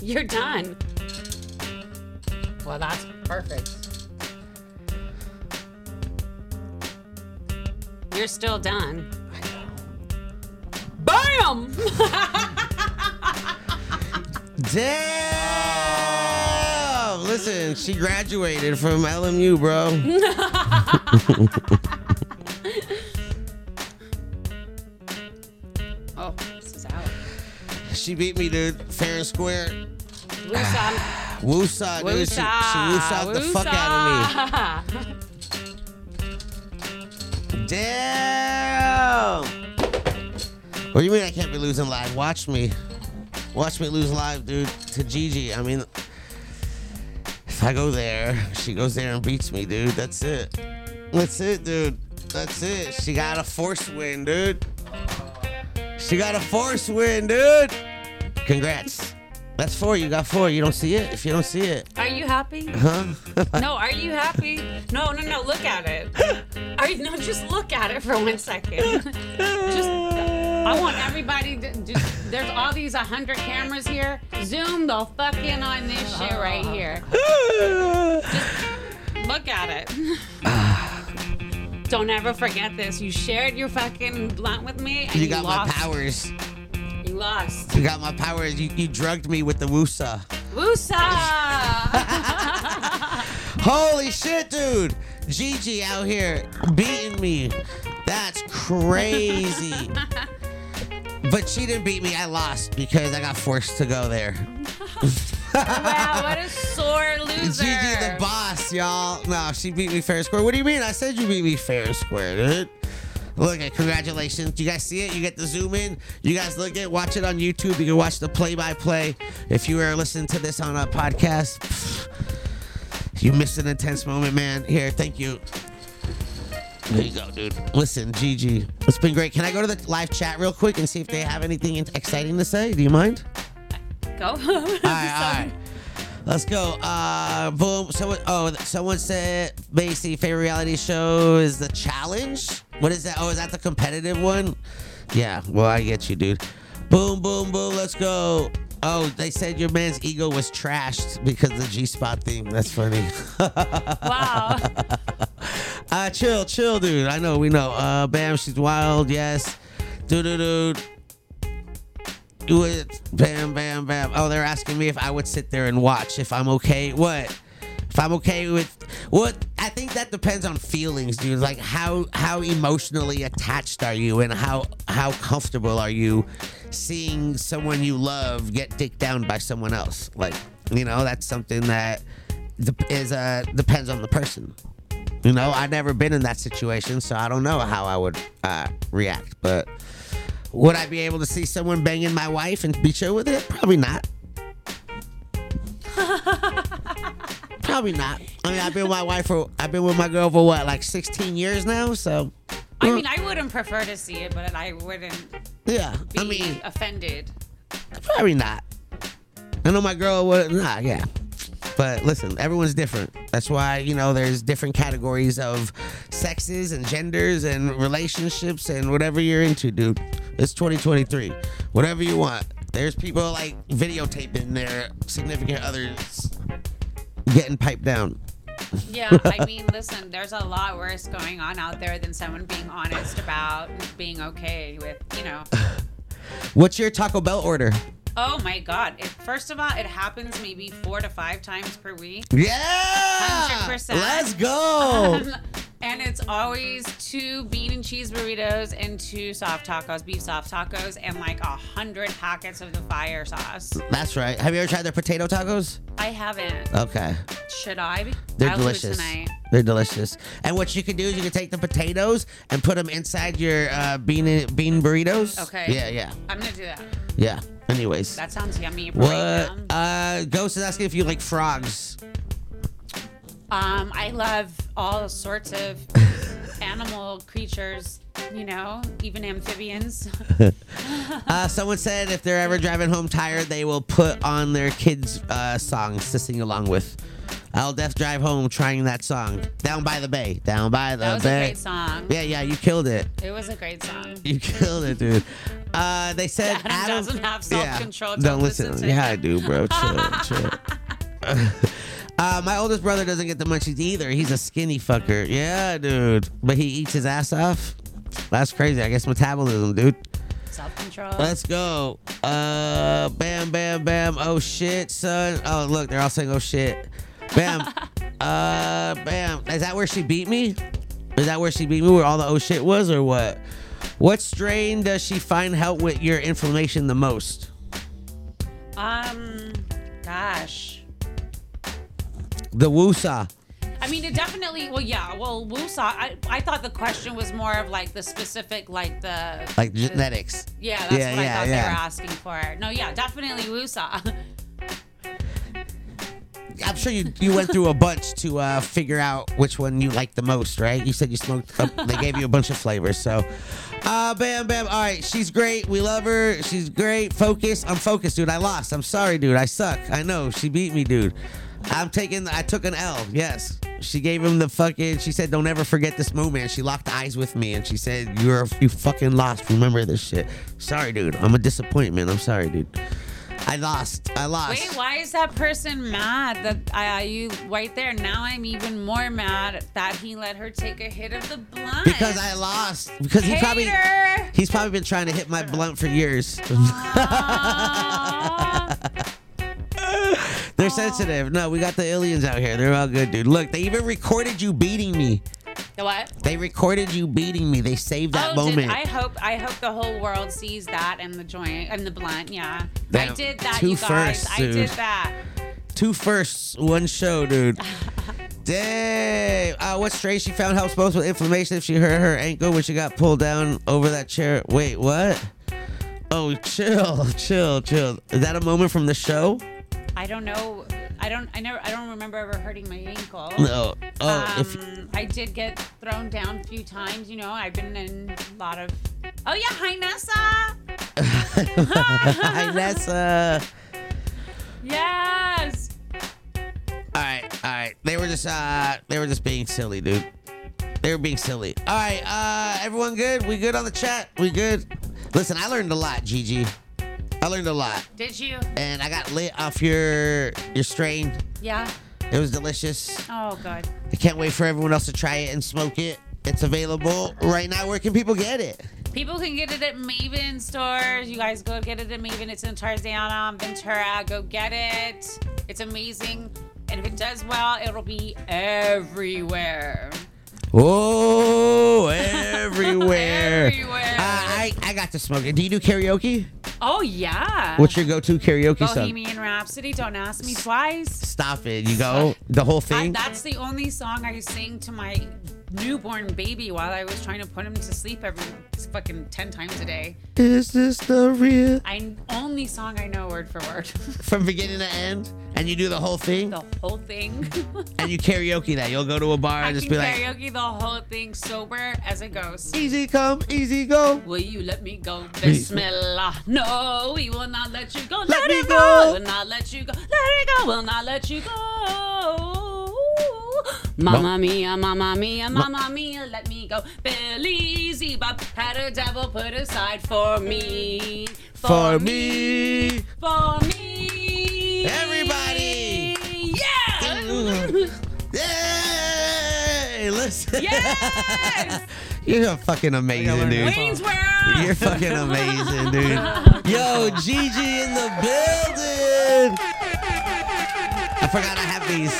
S5: You're done. Well, that's perfect. You're still done. Bam!
S3: Damn. Listen, she graduated from LMU, bro.
S5: Oh, this is out.
S3: She beat me, dude. Fair and square.
S5: Wusa.
S3: Woosah, dude. She, she woosah the fuck out of me.
S5: of me.
S3: Damn! What do you mean I can't be losing live? Watch me. Watch me lose live, dude, to Gigi. I mean, if I go there, she goes there and beats me, dude. That's it. That's it, dude. That's it. She got a force win, dude. She got a force win, dude. Congrats. That's four. You got four. You don't see it? If you don't see it,
S5: Are you happy?
S3: huh?
S5: No, are you happy? No, no, no. Look at it. Are you, no, just look at it for one second. just, I want everybody to just. There's all these hundred cameras here. Zoom the fuck in on this shit right here. Just look at it. Don't ever forget this. You shared your fucking blunt with me, and you,
S3: you got my
S5: lost.
S3: powers.
S5: You lost.
S3: You got my powers. You, you drugged me with the woosah.
S5: Wusa.
S3: Holy shit, dude! Gigi out here beating me. That's crazy. but she didn't beat me. I lost because I got forced to go there.
S5: wow, what a sore loser.
S3: Gigi the boss, y'all. No, she beat me fair and square. What do you mean? I said you beat me fair and square, dude. Look at congratulations. You guys see it? You get to zoom in. You guys look at watch it on YouTube. You can watch the play by play. If you are listening to this on a podcast, pff, you missed an intense moment, man. Here, thank you. There you go, dude. Listen, Gigi, it's been great. Can I go to the live chat real quick and see if they have anything exciting to say? Do you mind?
S5: Go home.
S3: all right, all right. Let's go. Uh, boom. Someone. Oh, someone said Macy favorite reality show is the challenge. What is that? Oh, is that the competitive one? Yeah. Well, I get you, dude. Boom, boom, boom. Let's go. Oh, they said your man's ego was trashed because of the G spot theme. That's funny.
S5: Wow.
S3: Uh, chill, chill, dude. I know, we know. Uh, bam, she's wild. Yes, doo doo doo. Do it, bam, bam, bam. Oh, they're asking me if I would sit there and watch. If I'm okay, what? If I'm okay with what? I think that depends on feelings, dude. Like how how emotionally attached are you, and how how comfortable are you seeing someone you love get dicked down by someone else? Like you know, that's something that dep- is uh depends on the person. You know, I've never been in that situation, so I don't know how I would uh, react. But would I be able to see someone banging my wife and be chill with it? Probably not. Probably not. I mean, I've been with my wife for I've been with my girl for what, like 16 years now. So,
S5: I mean, I wouldn't prefer to see it, but I wouldn't
S3: yeah.
S5: be
S3: I mean,
S5: offended.
S3: Probably not. I know my girl would. Nah, yeah. But listen, everyone's different. That's why you know there's different categories of sexes and genders and relationships and whatever you're into, dude. It's 2023. Whatever you want. There's people like videotaping their significant others getting piped down.
S5: Yeah, I mean, listen, there's a lot worse going on out there than someone being honest about being okay with, you know.
S3: What's your Taco Bell order?
S5: Oh my God. It, first of all, it happens maybe four to five times per week.
S3: Yeah,
S5: 100%.
S3: let's go.
S5: and it's always two bean and cheese burritos and two soft tacos, beef soft tacos, and like a hundred packets of the fire sauce.
S3: That's right. Have you ever tried their potato tacos?
S5: I haven't.
S3: Okay.
S5: Should I?
S3: They're
S5: I'll do it
S3: delicious.
S5: tonight.
S3: They're delicious. And what you can do is you can take the potatoes and put them inside your uh, bean bean burritos.
S5: Okay.
S3: Yeah, yeah,
S5: I'm gonna do that.
S3: yeah. Anyways,
S5: That sounds yummy.
S3: what?
S5: Right now.
S3: Uh, Ghost is asking if you like frogs.
S5: Um, I love all sorts of animal creatures, you know, even amphibians.
S3: Uh, someone said if they're ever driving home tired, they will put on their kids' uh, songs to sing along with. I'll death drive home trying that song. Down by the bay. Down by the
S5: That was a
S3: bay.
S5: great song.
S3: Uh, Yeah, yeah, you killed it.
S5: It was a great song.
S3: You killed it, dude. Uh, they said
S5: Adam doesn't have self-control.
S3: Yeah.
S5: Don't
S3: Don't
S5: listen
S3: listen.
S5: to
S3: yeah,
S5: him.
S3: I do, bro. Chill, chill. Uh, my oldest brother doesn't get the munchies either. He's a skinny fucker. Yeah, dude. But he eats his ass off. That's crazy. I guess metabolism, dude.
S5: Self control.
S3: Let's go. Uh, bam, bam, bam. Oh shit, son. Oh look, they're all saying oh shit. Bam. uh, bam. Is that where she beat me? Is that where she beat me? Where all the oh shit was, or what? What strain does she find help with your inflammation the most?
S5: Um, gosh.
S3: The Wusa.
S5: I mean, it definitely. Well, yeah. Well, Wusa. I, I thought the question was more of like the specific, like the.
S3: Like genetics.
S5: Yeah, that's
S3: Yeah, yeah,
S5: what I thought
S3: yeah.
S5: they were asking for. No, yeah, definitely Wusa.
S3: I'm sure you, you went through a bunch to uh, figure out which one you liked the most, right? You said you smoked. Uh, they gave you a bunch of flavors, so. Uh, bam, bam. All right, she's great. We love her. She's great. Focus. I'm focused, dude. I lost. I'm sorry, dude. I suck. I know. She beat me, dude. I'm taking. I took an L. Yes. She gave him the fucking. She said, "Don't ever forget this moment." She locked eyes with me, and she said, "You're you fucking lost. Remember this shit." Sorry, dude. I'm a disappointment. I'm sorry, dude. I lost. I lost.
S5: Wait, why is that person mad that I, I you right there? Now I'm even more mad that he let her take a hit of the blunt.
S3: Because I lost. Because he probably
S5: Hater!
S3: he's probably been trying to hit my blunt for years.
S5: Aw.
S3: They're sensitive. No, we got the aliens out here. They're all good, dude. Look, they even recorded you beating me.
S5: The what?
S3: They recorded you beating me. They saved that
S5: oh,
S3: moment.
S5: Did, I hope I hope the whole world sees that and the joint and the blunt. Yeah,
S3: Damn,
S5: I did that,
S3: two
S5: you guys.
S3: firsts,
S5: I did
S3: dude.
S5: that.
S3: Two firsts, one show, dude. Dang. Uh, what strain she found helps most with inflammation if she hurt her ankle when she got pulled down over that chair. Wait, what? Oh, chill, chill, chill. Is that a moment from the show?
S5: I don't know. I don't. I never. I don't remember ever hurting my ankle.
S3: No. Oh,
S5: um,
S3: if
S5: I did get thrown down a few times. You know, I've been in a lot of. Oh yeah, hi Nessa. Um.
S3: Hi, Nessa.
S5: Yes.
S3: All right, all right. They were just uh, they were just being silly, dude. They were being silly. All right, uh, everyone good? We good on the chat? We good? Listen, I learned a lot, Gigi. I learned a lot,
S5: Did you?
S3: and I got lit off your your strain.
S5: Yeah.
S3: It was delicious.
S5: Oh god.
S3: I can't wait for everyone else to try it and smoke it. It's available right now. Where can people get it?
S5: People can get it at Maven stores. You guys go get it at Maven. It's in Tarzana, and Ventura. Go get it. It's amazing. And if it does well, it'll be everywhere.
S3: Oh, everywhere.
S5: Everywhere.
S3: Uh, I I got to smoke it. Do you do karaoke?
S5: Oh yeah.
S3: What's your go-to karaoke song?
S5: Bohemian Rhapsody. Don't ask me twice.
S3: Stop it. You go the whole
S5: I,
S3: thing.
S5: that's the only song I sing to my newborn baby while I was trying to put him to sleep every fucking ten times a day.
S3: Is this the real
S5: I only song I know word for word,
S3: from beginning to end? And you do the whole thing,
S5: the whole thing.
S3: and you karaoke that. You'll go to a bar and
S5: I can
S3: just be like,
S5: karaoke the whole thing sober as it goes.
S3: "Easy come, easy go."
S5: Will you let me go? Bismillah. No, we will not let you go. Let,
S3: me
S5: it
S3: go.
S5: go. Will not let you go. Let it go. Will not let you go. Mamma mia, mamma mia, mamma mia, let me go. Billy Zebub had a devil put aside for me.
S3: For me.
S5: For me.
S3: Everybody.
S5: Yeah.
S3: Yay! Listen.
S5: yes.
S3: You're a fucking amazing, dude.
S5: Waynesboro.
S3: You're fucking amazing, dude. Yo, Gigi in the building. I forgot I have these.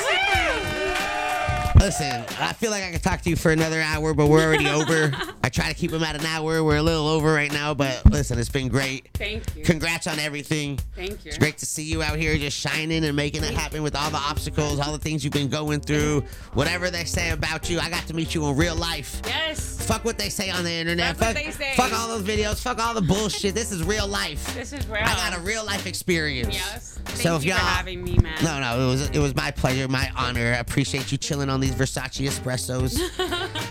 S3: Listen, I feel like I could talk to you for another hour, but we're already over. I try to keep them at an hour. We're a little over right now, but listen, it's been great.
S5: Thank you.
S3: Congrats on everything.
S5: Thank you.
S3: It's great to see you out here just shining and making it happen with all the obstacles, all the things you've been going through, whatever they say about you. I got to meet you in real life.
S5: Yes.
S3: Fuck what they say on the internet.
S5: Fuck what they say.
S3: fuck all those videos. Fuck all the bullshit. this is real life.
S5: This is real.
S3: I got a real life experience.
S5: Yes. Thank
S3: So if
S5: you for
S3: y'all-
S5: having me, man.
S3: No, no, it was it was my pleasure, my honor. I appreciate you chilling on these Versace espressos,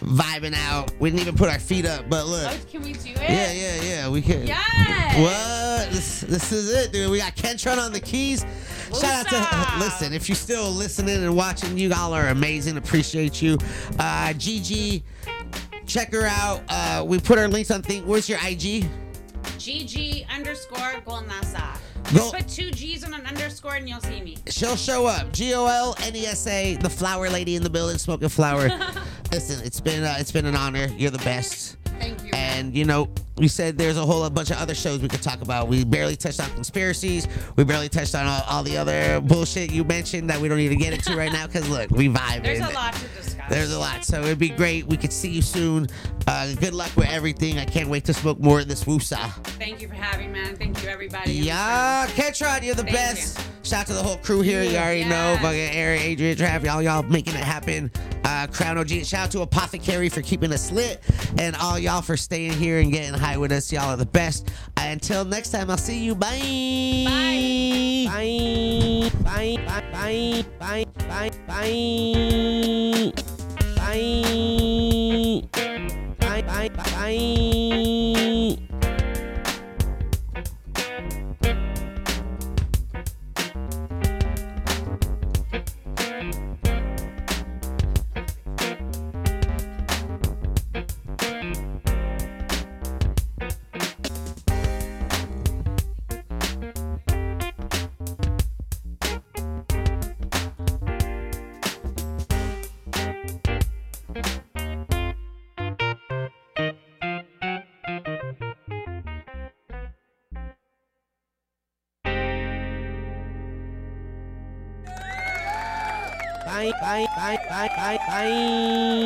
S3: vibing out. We didn't even put our feet up, but look.
S5: Oh, can we do it?
S3: Yeah, yeah, yeah. We can.
S5: Yes.
S3: What? This, this is it, dude. We got Kentron on the keys. Shout out
S5: Woosah.
S3: to listen. If you're still listening and watching, you all are amazing. Appreciate you, uh, Gigi. Check her out. Uh, we put our links on thing. Where's your IG?
S5: GG underscore Golnasa.
S3: Go-
S5: Put two G's on an underscore and you'll see me.
S3: She'll show up. G O L N E S A. The flower lady in the building, smoking flower. listen, it's been uh, it's been an honor. You're the best.
S5: Thank you.
S3: And you know, we said there's a whole bunch of other shows we could talk about. We barely touched on conspiracies. We barely touched on all, all the other bullshit you mentioned that we don't even get into right now. Cause look, we vibing.
S5: There's a lot to discuss.
S3: There's a lot. So it'd be great. We could see you soon. Uh, good luck with everything. I can't wait to smoke more of this woosah.
S5: Thank you for having me, man. Thank you, everybody.
S3: Yeah, Ketron, you're the
S5: Thank
S3: best. Shout out to the whole crew here. You already
S5: Yeah.
S3: know. Fucking Aaron, Adrian, Trav, y'all, y'all making it happen. Uh, Crown OG. Shout out to Apothecary for keeping us lit. And all y'all for staying here and getting high with us. Y'all are the best. Uh, until next time, I'll see you. Bye. Bye. Bye. Bye. Bye. Bye. Bye. Bye. Bye. Bye. Bye. Bye. Bye. Bye. Bye. Bye. Bye.